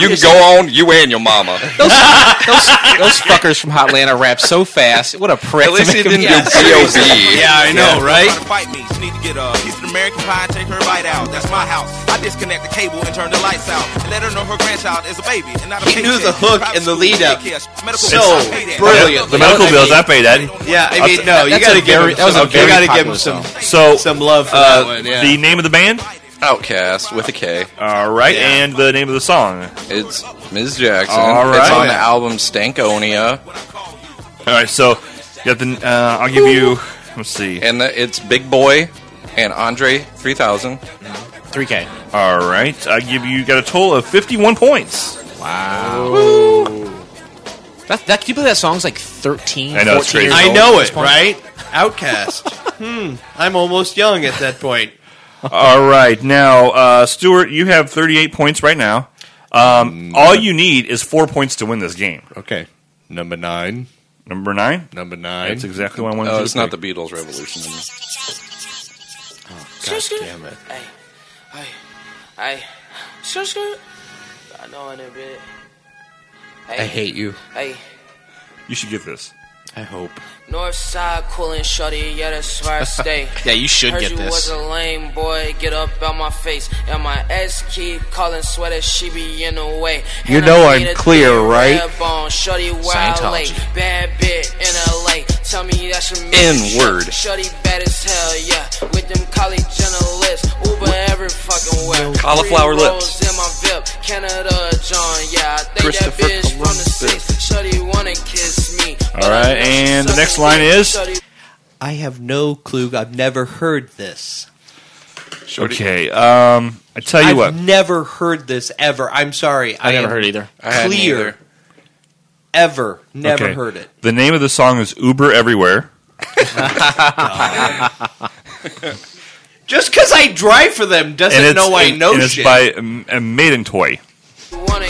Speaker 4: you can go on, you and your mama.
Speaker 5: Those, those fuckers from Hotlanta rap so fast. What a prick.
Speaker 4: At least
Speaker 5: to
Speaker 4: he
Speaker 5: make
Speaker 4: didn't
Speaker 5: them-
Speaker 4: do B.O.B.
Speaker 2: Yeah, I know, right?
Speaker 11: Fight me. She need to get a piece of American pie and take her bite out. That's my house. I disconnect the cable and turn the lights out. And let her know her grandchild is a baby and not a
Speaker 2: He knew the
Speaker 11: paycheck.
Speaker 2: hook
Speaker 11: Private
Speaker 2: and the
Speaker 11: school,
Speaker 2: lead up
Speaker 11: daycare, medical
Speaker 2: so
Speaker 11: bills, I pay that.
Speaker 2: brilliant.
Speaker 3: The medical
Speaker 2: I
Speaker 3: bills,
Speaker 2: mean-
Speaker 3: I pay that.
Speaker 2: Yeah, I mean, no, you
Speaker 5: that's
Speaker 2: got
Speaker 5: a
Speaker 2: to give
Speaker 5: very-
Speaker 2: him.
Speaker 5: that was a
Speaker 2: some-
Speaker 5: very
Speaker 2: you got to give
Speaker 5: popular
Speaker 2: him some
Speaker 5: song.
Speaker 3: So,
Speaker 2: some love
Speaker 3: uh,
Speaker 2: for that one. Yeah.
Speaker 3: the name of the band?
Speaker 4: Outcast with a K.
Speaker 3: All right.
Speaker 2: Yeah.
Speaker 3: And the name of the song?
Speaker 4: It's Ms. Jackson.
Speaker 3: All right.
Speaker 4: It's on the album Stankonia,
Speaker 3: All right. So, you got the, uh, I'll give you. Let's see.
Speaker 4: and the, it's Big Boy and Andre 3000.
Speaker 5: 3K.
Speaker 3: All right. I give you, you got a total of 51 points.
Speaker 5: That, that, can you believe that song's like 13?
Speaker 3: I know, it's
Speaker 5: 14 years
Speaker 3: crazy.
Speaker 2: I
Speaker 5: old
Speaker 2: know
Speaker 5: at this
Speaker 2: it,
Speaker 5: point?
Speaker 2: right? Outcast. hmm. I'm almost young at that point.
Speaker 3: All right, now uh, Stuart, you have 38 points right now. Um, all you need is four points to win this game.
Speaker 6: Okay. Number nine.
Speaker 3: Number nine.
Speaker 6: Number nine.
Speaker 3: That's exactly what I wanted.
Speaker 4: Oh,
Speaker 3: to
Speaker 4: it's not the Beatles Revolution.
Speaker 11: Hey, sure, sure. I know in a bit.
Speaker 2: I hate you.
Speaker 11: Hey,
Speaker 3: You should get this.
Speaker 2: I hope.
Speaker 11: North Side coolin' shorty, yeah, that's where I stay.
Speaker 5: Yeah, you should
Speaker 11: Heard
Speaker 5: get
Speaker 11: you
Speaker 5: this.
Speaker 11: was a lame boy, get up out my face. And my ex keep calling sweater, she be in the way. You know I'm clear, right? Bone, shorty, where I lay.
Speaker 5: Scientology.
Speaker 11: Bad bit in LA. Tell me that's your
Speaker 4: N-word.
Speaker 11: Shorty bad as hell, yeah. With them college journalists, Uber every fucking way.
Speaker 4: Cauliflower
Speaker 11: Three
Speaker 4: lips.
Speaker 11: rolls in my VIP, Canada John, yeah. I think that
Speaker 4: Christopher
Speaker 11: bitch from the
Speaker 4: Columbus.
Speaker 11: six. Shorty wanna kiss me.
Speaker 3: All right, and the next line is-
Speaker 2: I have no clue. I've never heard this.
Speaker 3: Okay. Um, I tell you
Speaker 2: I've
Speaker 3: what.
Speaker 2: never heard this ever. I'm sorry. I,
Speaker 3: never
Speaker 2: am
Speaker 3: heard either. I hadn't
Speaker 2: Clear.
Speaker 3: either.
Speaker 2: Ever. Never
Speaker 3: Okay.
Speaker 2: heard it.
Speaker 3: The name of the song is Uber Everywhere.
Speaker 2: Just because I drive for them doesn't
Speaker 3: and it's,
Speaker 2: know I
Speaker 3: and-
Speaker 2: know
Speaker 3: and it's
Speaker 2: shit.
Speaker 3: by um, a Maiden Toy.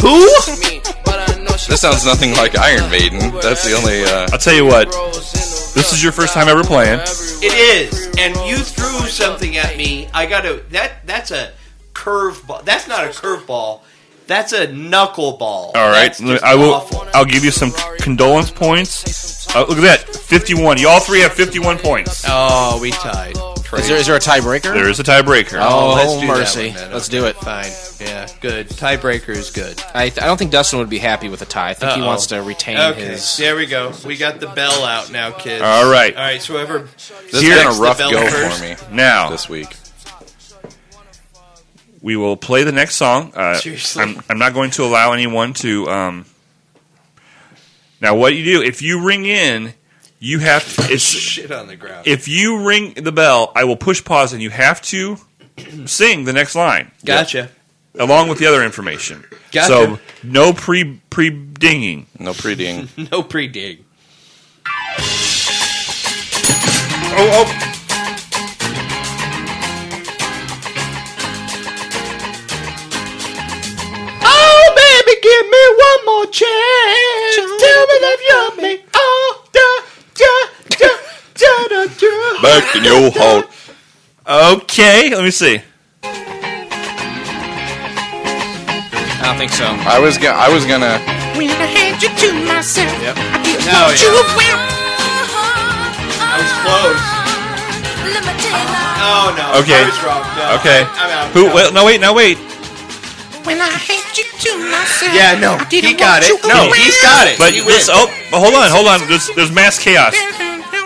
Speaker 2: Who?
Speaker 4: This sounds nothing like Iron Maiden. That's the only. Uh,
Speaker 3: I'll tell you what. This is your first time ever playing.
Speaker 2: It is, and you threw something at me. I got to that. That's a curveball. That's not a curveball. That's a knuckleball.
Speaker 3: All right, let me- I will. I'll give you some condolence points. Uh, look at that, fifty-one. Y'all three have fifty-one points.
Speaker 2: Oh, we tied.
Speaker 5: Is there, is there a tiebreaker?
Speaker 3: There is a tiebreaker.
Speaker 5: Oh,
Speaker 2: let's do that
Speaker 5: mercy.
Speaker 2: one then.
Speaker 5: let's do it.
Speaker 2: Fine. Yeah, good. Tiebreaker is good.
Speaker 5: I, I don't think Dustin would be happy with a tie. I think he
Speaker 2: Uh-oh.
Speaker 5: wants to retain
Speaker 2: Okay,
Speaker 5: his.
Speaker 2: there we go. We got the bell out now, kids.
Speaker 3: All right.
Speaker 2: all right. So whoever
Speaker 4: this
Speaker 2: here-
Speaker 4: has been
Speaker 2: Text
Speaker 4: a
Speaker 2: the
Speaker 4: rough
Speaker 2: bell
Speaker 4: go
Speaker 2: first.
Speaker 4: for me
Speaker 3: Now
Speaker 4: this week.
Speaker 3: we will play the next song. Uh,
Speaker 2: Seriously.
Speaker 3: I'm, I'm not going to allow anyone to. Um, now, what you do if you ring in, you have to. It's,
Speaker 2: shit on the ground.
Speaker 3: if you ring the bell, I will push pause, and you have to sing the next line
Speaker 2: Gotcha.
Speaker 3: along with the other information.
Speaker 2: Gotcha.
Speaker 3: So no pre pre dinging.
Speaker 4: No preding.
Speaker 2: No pre dig.
Speaker 3: Oh, oh.
Speaker 2: Oh, baby, give me one more chance. Tell me that you love me. Oh, da, da, da, da, da, da.
Speaker 4: Back in your heart.
Speaker 3: Okay, let me see.
Speaker 5: I don't think so.
Speaker 4: I was gonna. I was gonna.
Speaker 11: When I had you to myself,
Speaker 5: Yep.
Speaker 11: I did
Speaker 2: Oh,
Speaker 11: what
Speaker 2: yeah.
Speaker 11: you will.
Speaker 2: I was close. Oh, no.
Speaker 3: Okay.
Speaker 2: I was wrong. No,
Speaker 3: Okay.
Speaker 2: I'm out.
Speaker 3: Who?
Speaker 2: No.
Speaker 3: Wait, no, wait, no, wait.
Speaker 11: When I had you to myself,
Speaker 2: Yeah, no.
Speaker 11: I did
Speaker 2: He
Speaker 11: what
Speaker 2: got
Speaker 11: you
Speaker 2: it. No,
Speaker 11: will.
Speaker 2: he's got it.
Speaker 3: But this. Oh, but hold on, hold on. There's, there's mass chaos.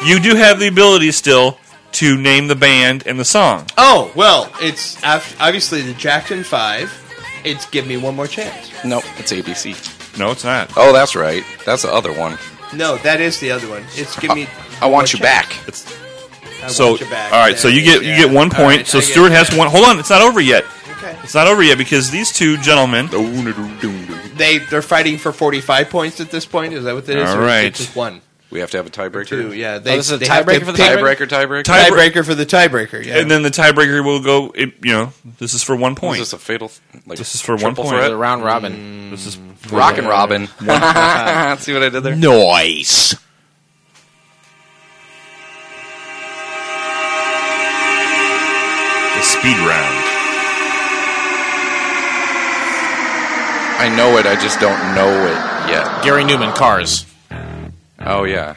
Speaker 3: You do have the ability still to name the band and the song.
Speaker 2: Oh, well, it's af- obviously the Jackson 5. It's Give Me One More Chance.
Speaker 4: Nope. It's ABC.
Speaker 3: No, it's not.
Speaker 4: Oh, that's right. That's the other one.
Speaker 2: No, that is the other one. It's Give Me.
Speaker 4: I want you back.
Speaker 2: I
Speaker 3: So, all
Speaker 2: want you back.
Speaker 3: right. So
Speaker 2: There
Speaker 3: you
Speaker 2: it
Speaker 3: get
Speaker 2: is.
Speaker 3: you
Speaker 2: Yeah.
Speaker 3: get one
Speaker 2: All
Speaker 3: point.
Speaker 2: right,
Speaker 3: so
Speaker 2: I get
Speaker 3: Stuart
Speaker 2: it.
Speaker 3: has one. Hold on, it's not over yet.
Speaker 2: Okay.
Speaker 3: It's not over yet because these two gentlemen.
Speaker 2: They they're fighting for forty five points at this point. Is that what it is?
Speaker 3: All
Speaker 2: Or is it
Speaker 3: right.
Speaker 2: just one,
Speaker 4: We have to have a
Speaker 2: two.
Speaker 4: tiebreaker.
Speaker 3: Oh,
Speaker 2: Yeah, they,
Speaker 5: this is a
Speaker 2: they have to
Speaker 5: tiebreaker for the
Speaker 2: pick-
Speaker 4: Tiebreaker. Tiebreaker.
Speaker 3: Tie-
Speaker 2: tiebreaker for the tiebreaker. Yeah,
Speaker 3: And then the tiebreaker will go. It, you know, this is for one
Speaker 4: Is
Speaker 3: point.
Speaker 4: this a fatal? th- Like
Speaker 3: This is for one
Speaker 4: triple
Speaker 3: point. Mm.
Speaker 5: The round robin.
Speaker 3: This is
Speaker 4: Rock and Robin. See what [laughs] I did there?
Speaker 5: Noise.
Speaker 3: the speed round.
Speaker 4: I know it. I just don't know it yet.
Speaker 5: Gary Newman, Cars.
Speaker 4: Oh yeah.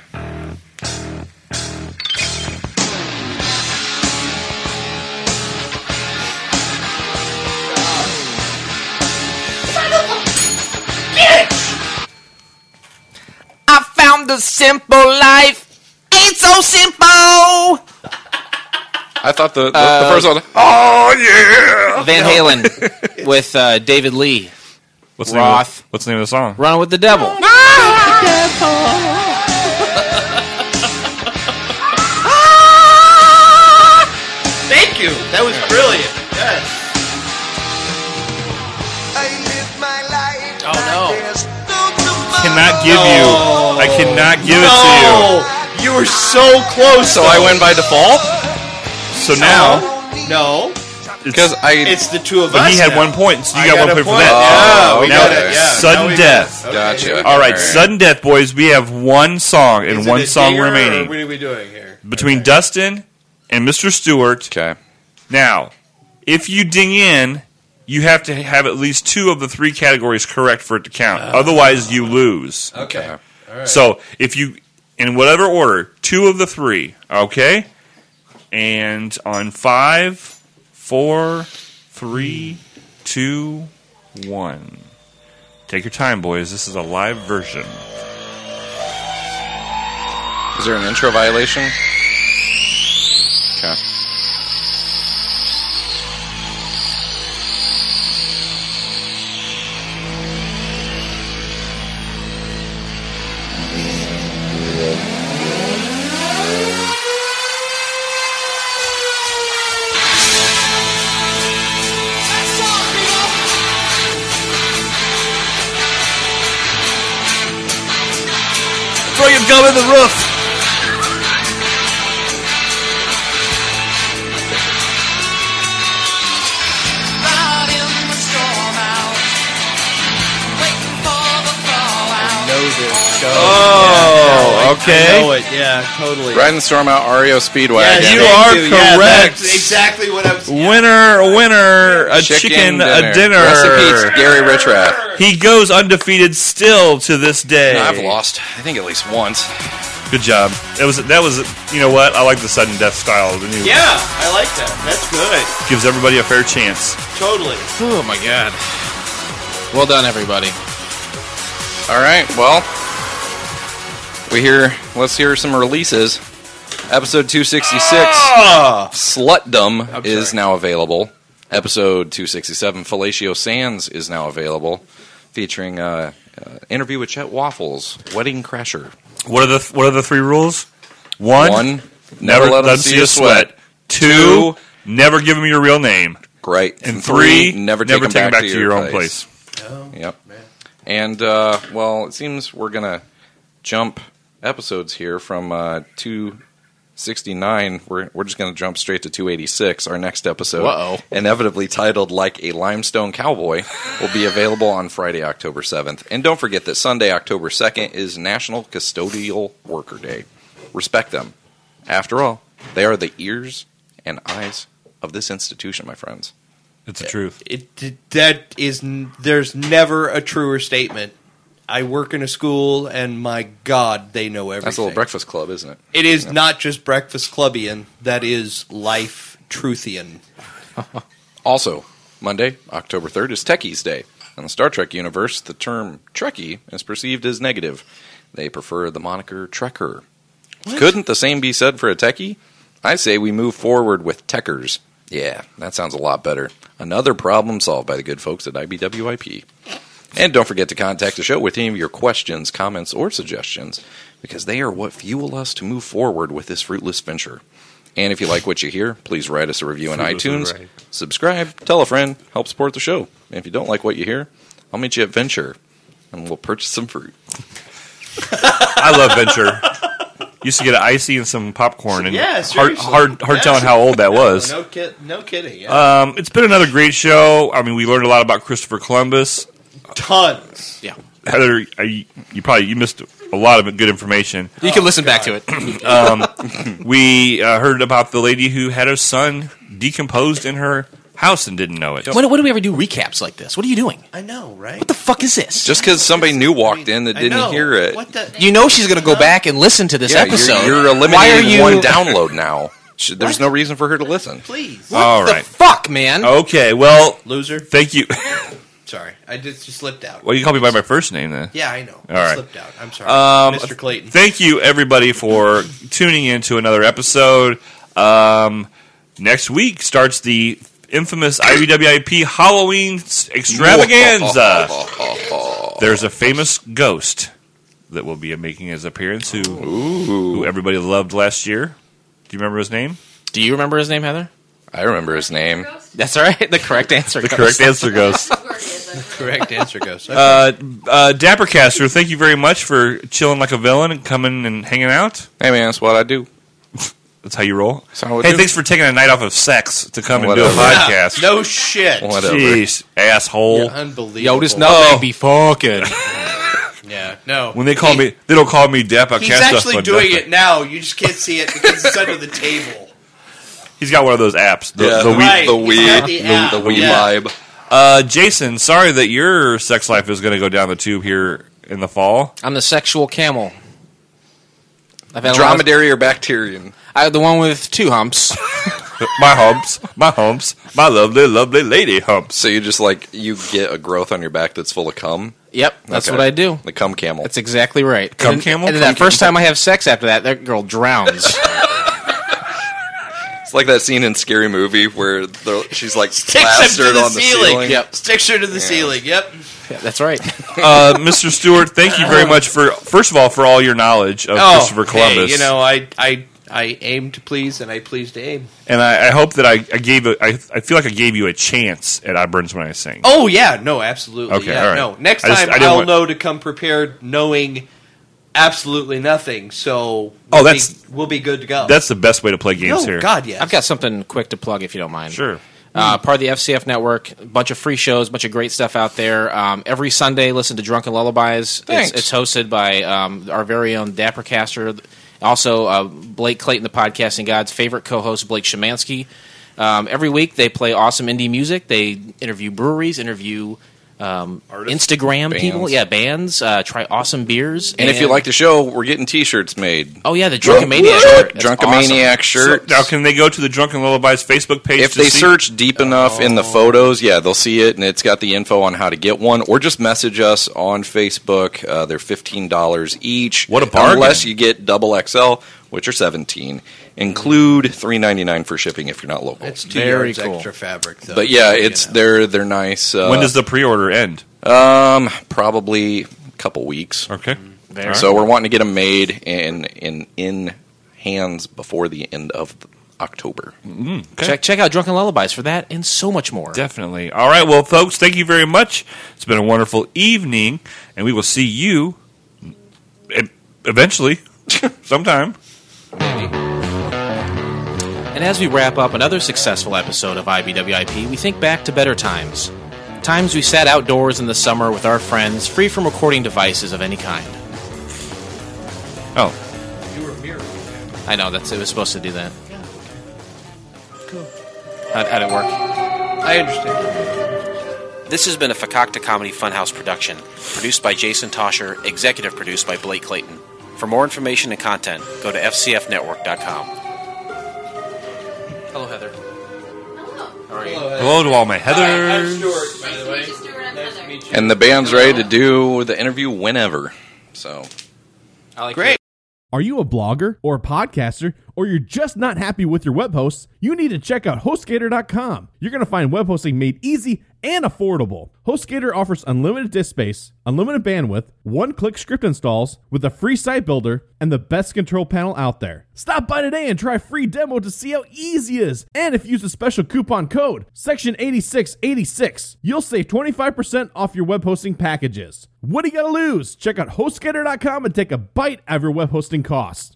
Speaker 11: I found the simple life ain't so simple.
Speaker 4: I thought the the, the first one.
Speaker 2: Oh,
Speaker 5: Van Halen with uh, David Lee.
Speaker 3: What's the name of the-
Speaker 5: Roth.
Speaker 3: what's the name of the song?
Speaker 5: Run with the devil.
Speaker 2: thank you. That was brilliant. Yes.
Speaker 11: I live my life.
Speaker 5: Oh, no.
Speaker 3: cannot give you. I cannot give it to you.
Speaker 2: No, you were so close.
Speaker 4: oh, So I win by default
Speaker 3: So now
Speaker 2: No,
Speaker 4: because I.
Speaker 2: it's the two of
Speaker 3: but
Speaker 2: us.
Speaker 3: he had
Speaker 2: now.
Speaker 3: one point, so you
Speaker 2: I
Speaker 3: got,
Speaker 2: got
Speaker 3: one
Speaker 2: a
Speaker 3: point, for
Speaker 2: point. Oh,
Speaker 3: that.
Speaker 2: Yeah,
Speaker 4: we
Speaker 3: now
Speaker 4: got it. Yeah,
Speaker 2: now
Speaker 3: sudden
Speaker 2: we
Speaker 3: death.
Speaker 2: got it.
Speaker 4: gotcha.
Speaker 2: Okay.
Speaker 3: All right, sudden death, boys. We have one song and
Speaker 2: Is
Speaker 3: one
Speaker 2: it a
Speaker 3: song
Speaker 2: dinger, or
Speaker 3: remaining
Speaker 2: What are we doing here?
Speaker 3: between Dustin and Mr. Stewart.
Speaker 4: Okay.
Speaker 3: Now, if you ding in, you have to have at least two of the three categories correct for it to count. Otherwise, you lose.
Speaker 2: Okay.
Speaker 3: So if you, in whatever order, two of the three, okay? And on five, four, three, two, one. Take your time, boys. This is a live version.
Speaker 4: Is there an intro violation? Okay.
Speaker 2: on the roof.
Speaker 11: Out in the storm out. Waiting for the fallout.
Speaker 2: Know this show.
Speaker 4: Oh,
Speaker 2: Yeah,
Speaker 4: okay.
Speaker 2: I know it. Yeah, totally.
Speaker 4: Riding Storm out REO Speedwagon.
Speaker 2: Yes,
Speaker 3: You
Speaker 2: thank
Speaker 3: are
Speaker 2: Yeah,
Speaker 3: correct.
Speaker 2: that's exactly what I was.
Speaker 3: Winner, winner, a chicken, a dinner.
Speaker 4: Recipes, Gary Richrath.
Speaker 3: He goes undefeated still to this day.
Speaker 4: I've lost, I think, at least once.
Speaker 3: Good job. That was that was you know what I like the sudden death style. The new
Speaker 2: Yeah, I like that. That's good.
Speaker 3: gives everybody a fair chance.
Speaker 2: Totally.
Speaker 5: Oh my god. Well done, everybody.
Speaker 4: All right, well, we hear. Let's hear some releases. Episode 266,
Speaker 3: Ah!
Speaker 4: Slutdom, is now available. Episode 267, Fellatio Sands, is now available, featuring uh, uh, interview with Chet Waffles, Wedding Crasher.
Speaker 3: What are the what are the three rules? One,
Speaker 4: never, let 'em
Speaker 3: them
Speaker 4: see you sweat.
Speaker 3: Two, never give them your real name.
Speaker 4: Great.
Speaker 3: And, three,
Speaker 4: never take,
Speaker 3: never
Speaker 4: 'em
Speaker 3: take 'em back, to your, own place.
Speaker 4: Yep. And uh, well, it seems we're gonna jump episodes here from uh, two sixty nine. We're we're just gonna jump straight to two eighty six. Our next episode,
Speaker 5: Whoa.
Speaker 4: inevitably titled "Like a Limestone Cowboy," will be available on Friday, October seventh. And don't forget that Sunday, October second, is National Custodial Worker Day. Respect them. After all, they are the ears and eyes of this institution, my friends.
Speaker 3: It's the truth.
Speaker 2: It, that is, n- there's never a truer statement. I work in a school, and my God, they know everything.
Speaker 4: That's a little Breakfast Club, isn't it?
Speaker 2: It is not just breakfast clubbian. That is life truthian.
Speaker 4: Also, Monday, October 3rd, is Techies Day. In the Star Trek universe, the term Trekkie is perceived as negative. They prefer the moniker Trekker. Couldn't the same be said for a Techie? I say we move forward with Techers. Yeah, that sounds a lot better. Another problem solved by the good folks at IBWIP. And don't forget to contact the show with any of your questions, comments, or suggestions, because they are what fuel us to move forward with this fruitless venture. And if you like what you hear, please write us a [laughs] review on
Speaker 3: Fruitless
Speaker 4: iTunes,
Speaker 3: right.
Speaker 4: subscribe, tell a friend, help support the show. And if you don't like what you hear, I'll meet you at Venture and we'll purchase some fruit.
Speaker 3: I love Venture. [laughs] Used to get an icy and some popcorn, and
Speaker 2: Yeah,
Speaker 3: hard,
Speaker 2: seriously.
Speaker 3: hard, hard
Speaker 2: Yeah.
Speaker 3: telling how old [laughs] that was.
Speaker 2: Oh, No, no, kid, no kidding. Yeah.
Speaker 3: Um, it's been another great show. I mean, we learned a lot about Christopher Columbus.
Speaker 2: Tons.
Speaker 5: Yeah.
Speaker 3: Heather, I, you probably you missed a lot of good information.
Speaker 5: You can listen back to it. [clears throat]
Speaker 3: We uh, heard about the lady who had her son decomposed in her house and didn't know it.
Speaker 5: when, when do we ever do recaps like this? What are you doing? What
Speaker 2: I know, right?
Speaker 5: the fuck is this?
Speaker 4: Just because somebody new walked in that
Speaker 2: I
Speaker 4: didn't
Speaker 2: know.
Speaker 4: hear it,
Speaker 2: What the?
Speaker 5: you know she's going to go back and listen to this
Speaker 4: yeah, you're-
Speaker 5: episode.
Speaker 4: You're,
Speaker 5: Why are
Speaker 4: eliminating
Speaker 5: you?
Speaker 4: one
Speaker 5: [laughs]
Speaker 4: download now. Should, there's no reason for her to listen.
Speaker 2: Please,
Speaker 3: All
Speaker 5: What the
Speaker 3: right. Oh.
Speaker 5: fuck, man?
Speaker 3: Okay. Well,
Speaker 2: loser.
Speaker 3: thank you. [laughs]
Speaker 2: Sorry, I just, just slipped out.
Speaker 3: well, you call me by my first name then.
Speaker 2: Yeah, I know.
Speaker 3: All right.
Speaker 2: Slipped out. I'm sorry, Mr. Clayton.
Speaker 3: Thank you, everybody, for tuning in to another episode. Um, next week starts the infamous IBWIP Halloween s-
Speaker 4: [laughs]
Speaker 3: extravaganza. There's a famous ghost that will be making his appearance who, who everybody loved last year. Do you remember his name?
Speaker 5: Do you remember his name, Heather?
Speaker 4: I remember his name.
Speaker 5: That's all right. [laughs] The correct answer.
Speaker 3: The correct answer, Ghost.
Speaker 2: Correct answer goes.
Speaker 3: Uh, [laughs] uh, Dappercaster, thank you very much for chilling like a villain and coming and hanging out.
Speaker 4: Hey man, that's what I do.
Speaker 3: That's how you roll.
Speaker 4: That's how I
Speaker 3: hey,
Speaker 4: do.
Speaker 3: thanks for taking a night off of sex to come and do a
Speaker 4: Whatever.
Speaker 3: podcast.
Speaker 2: no shit.
Speaker 4: Whatever.
Speaker 3: Jeez, asshole.
Speaker 2: Unbelievable.
Speaker 5: Yo, this nutmeg be fucking.
Speaker 2: Yeah, no.
Speaker 3: When they call me, they don't call me Dapper
Speaker 2: He's
Speaker 3: Cast
Speaker 2: actually
Speaker 3: Up,
Speaker 2: doing
Speaker 3: but-
Speaker 2: it now. You just can't see it because it's under the table.
Speaker 3: He's got one of those apps. The,
Speaker 4: Yeah.
Speaker 3: the we-
Speaker 2: Right.
Speaker 4: The
Speaker 2: He's
Speaker 4: weed,
Speaker 2: got
Speaker 4: the,
Speaker 2: the app.
Speaker 4: the weed
Speaker 2: Yeah.
Speaker 4: vibe.
Speaker 3: uh, Jason, sorry that your sex life is going to go down the tube here in the fall.
Speaker 5: I'm the sexual camel. I've had a lot of-
Speaker 4: Dromedary or Bacterian.
Speaker 5: I had the one with two humps.
Speaker 3: my humps, my humps, my lovely, lovely lady humps.
Speaker 4: So you just like you get a growth on your back that's full of cum.
Speaker 5: Yep, that's
Speaker 4: Okay.
Speaker 5: what I do.
Speaker 4: The cum camel.
Speaker 5: That's exactly right.
Speaker 3: Cum
Speaker 5: and,
Speaker 3: camel?
Speaker 5: And
Speaker 3: Cum
Speaker 5: that first time I have sex after that, that girl drowns.
Speaker 4: It's like that scene in Scary Movie where the, she's like
Speaker 2: Sticks him to
Speaker 4: plastered
Speaker 2: the
Speaker 4: on the
Speaker 2: ceiling.
Speaker 4: ceiling.
Speaker 5: Yep.
Speaker 2: Sticks her to the ceiling. Yep.
Speaker 5: Yeah, that's right.
Speaker 3: Uh, Mr. Stewart, thank you very much for first of all for all your knowledge of Christopher
Speaker 2: Oh, hey,
Speaker 3: Columbus.
Speaker 2: you know, I, I, I aim to please, and I please to aim.
Speaker 3: and I, I hope that I, I gave a, I, I feel like I gave you a chance at I burns when I sing.
Speaker 2: Oh yeah, no, absolutely.
Speaker 3: Okay,
Speaker 2: yeah,
Speaker 3: all right.
Speaker 2: no. Next
Speaker 3: I just-
Speaker 2: time
Speaker 3: I
Speaker 2: I
Speaker 3: didn't
Speaker 2: will
Speaker 3: want-
Speaker 2: know to come prepared, knowing absolutely nothing. So
Speaker 3: Oh,
Speaker 2: we'll
Speaker 3: that's-
Speaker 2: be, we'll be good to go.
Speaker 3: That's the best way to play games
Speaker 2: No,
Speaker 3: here.
Speaker 2: God, yes.
Speaker 5: I've got something quick to plug if you don't mind.
Speaker 3: Sure.
Speaker 5: Uh, part of the FCF network, a bunch of free shows, bunch of great stuff out there. Um, every Sunday, listen to Drunken Lullabies.
Speaker 4: Thanks.
Speaker 5: It's, it's hosted by um, our very own Dappercaster. Also, uh, Blake Clayton, the podcasting god's favorite co host, Blake Shemansky. Um, every week, they play awesome indie music. They interview breweries, interview um, Instagram
Speaker 4: Bands.
Speaker 5: people, yeah, bands, uh, try awesome beers.
Speaker 4: And if you like the show, we're getting T-shirts made.
Speaker 5: Oh yeah, the Drunkamaniac shirt. That's
Speaker 4: Drunkamaniac
Speaker 5: awesome.
Speaker 4: shirt.
Speaker 3: Now, can they go to the Drunken Lullabies Facebook page?
Speaker 4: if
Speaker 3: to
Speaker 4: they
Speaker 3: see- Oh.
Speaker 4: search deep enough in the photos, yeah, they'll see it, and it's got the info on how to get one, or just message us on Facebook. Uh, they're fifteen dollars each.
Speaker 3: What a bargain.
Speaker 4: Unless you get double XL, which are seventeen, include three ninety nine for shipping if you're not local.
Speaker 2: It's two
Speaker 5: Very
Speaker 2: yards
Speaker 5: cool.
Speaker 2: extra fabric, though.
Speaker 4: but yeah,
Speaker 2: you
Speaker 4: it's
Speaker 2: know.
Speaker 4: they're they're nice. Uh,
Speaker 3: when does the pre-order end?
Speaker 4: um probably a couple weeks.
Speaker 3: Okay. All
Speaker 4: So we're wanting to get them made and in in hands before the end of October.
Speaker 3: Okay.
Speaker 5: Check, check out Drunken Lullabies for that and so much more.
Speaker 3: Definitely. All right. Well, folks, thank you very much. It's been a wonderful evening, and we will see you e- eventually, [laughs] sometime.
Speaker 5: And as we wrap up another successful episode of IBWIP, we think back to better times. Times we sat outdoors in the summer with our friends, free from recording devices of any kind.
Speaker 3: Oh,
Speaker 5: I know, that's it was supposed to do that. How'd, how'd it work?
Speaker 2: I understand.
Speaker 5: This has been a Fakakta Comedy Funhouse production, produced by Jason Tosher, executive produced by Blake Clayton. For more information and content, go to fcfnetwork.com. Hello, Heather. How are you?
Speaker 3: hello to all my Heathers.
Speaker 4: And the band's ready to do the interview whenever. So
Speaker 5: I like
Speaker 2: Great.
Speaker 1: Are you a blogger or a podcaster, or you're just not happy with your web hosts? You need to check out HostGator.com. You're going to find web hosting made easy and affordable. HostGator offers unlimited disk space, unlimited bandwidth, one click script installs with a free site builder, and the best control panel out there. Stop by today and try a free demo to see how easy it is. And if you use the special coupon code, section 8686, you'll save 25% off your web hosting packages. What do you got to lose? Check out HostGator.com and take a bite out of your web hosting costs.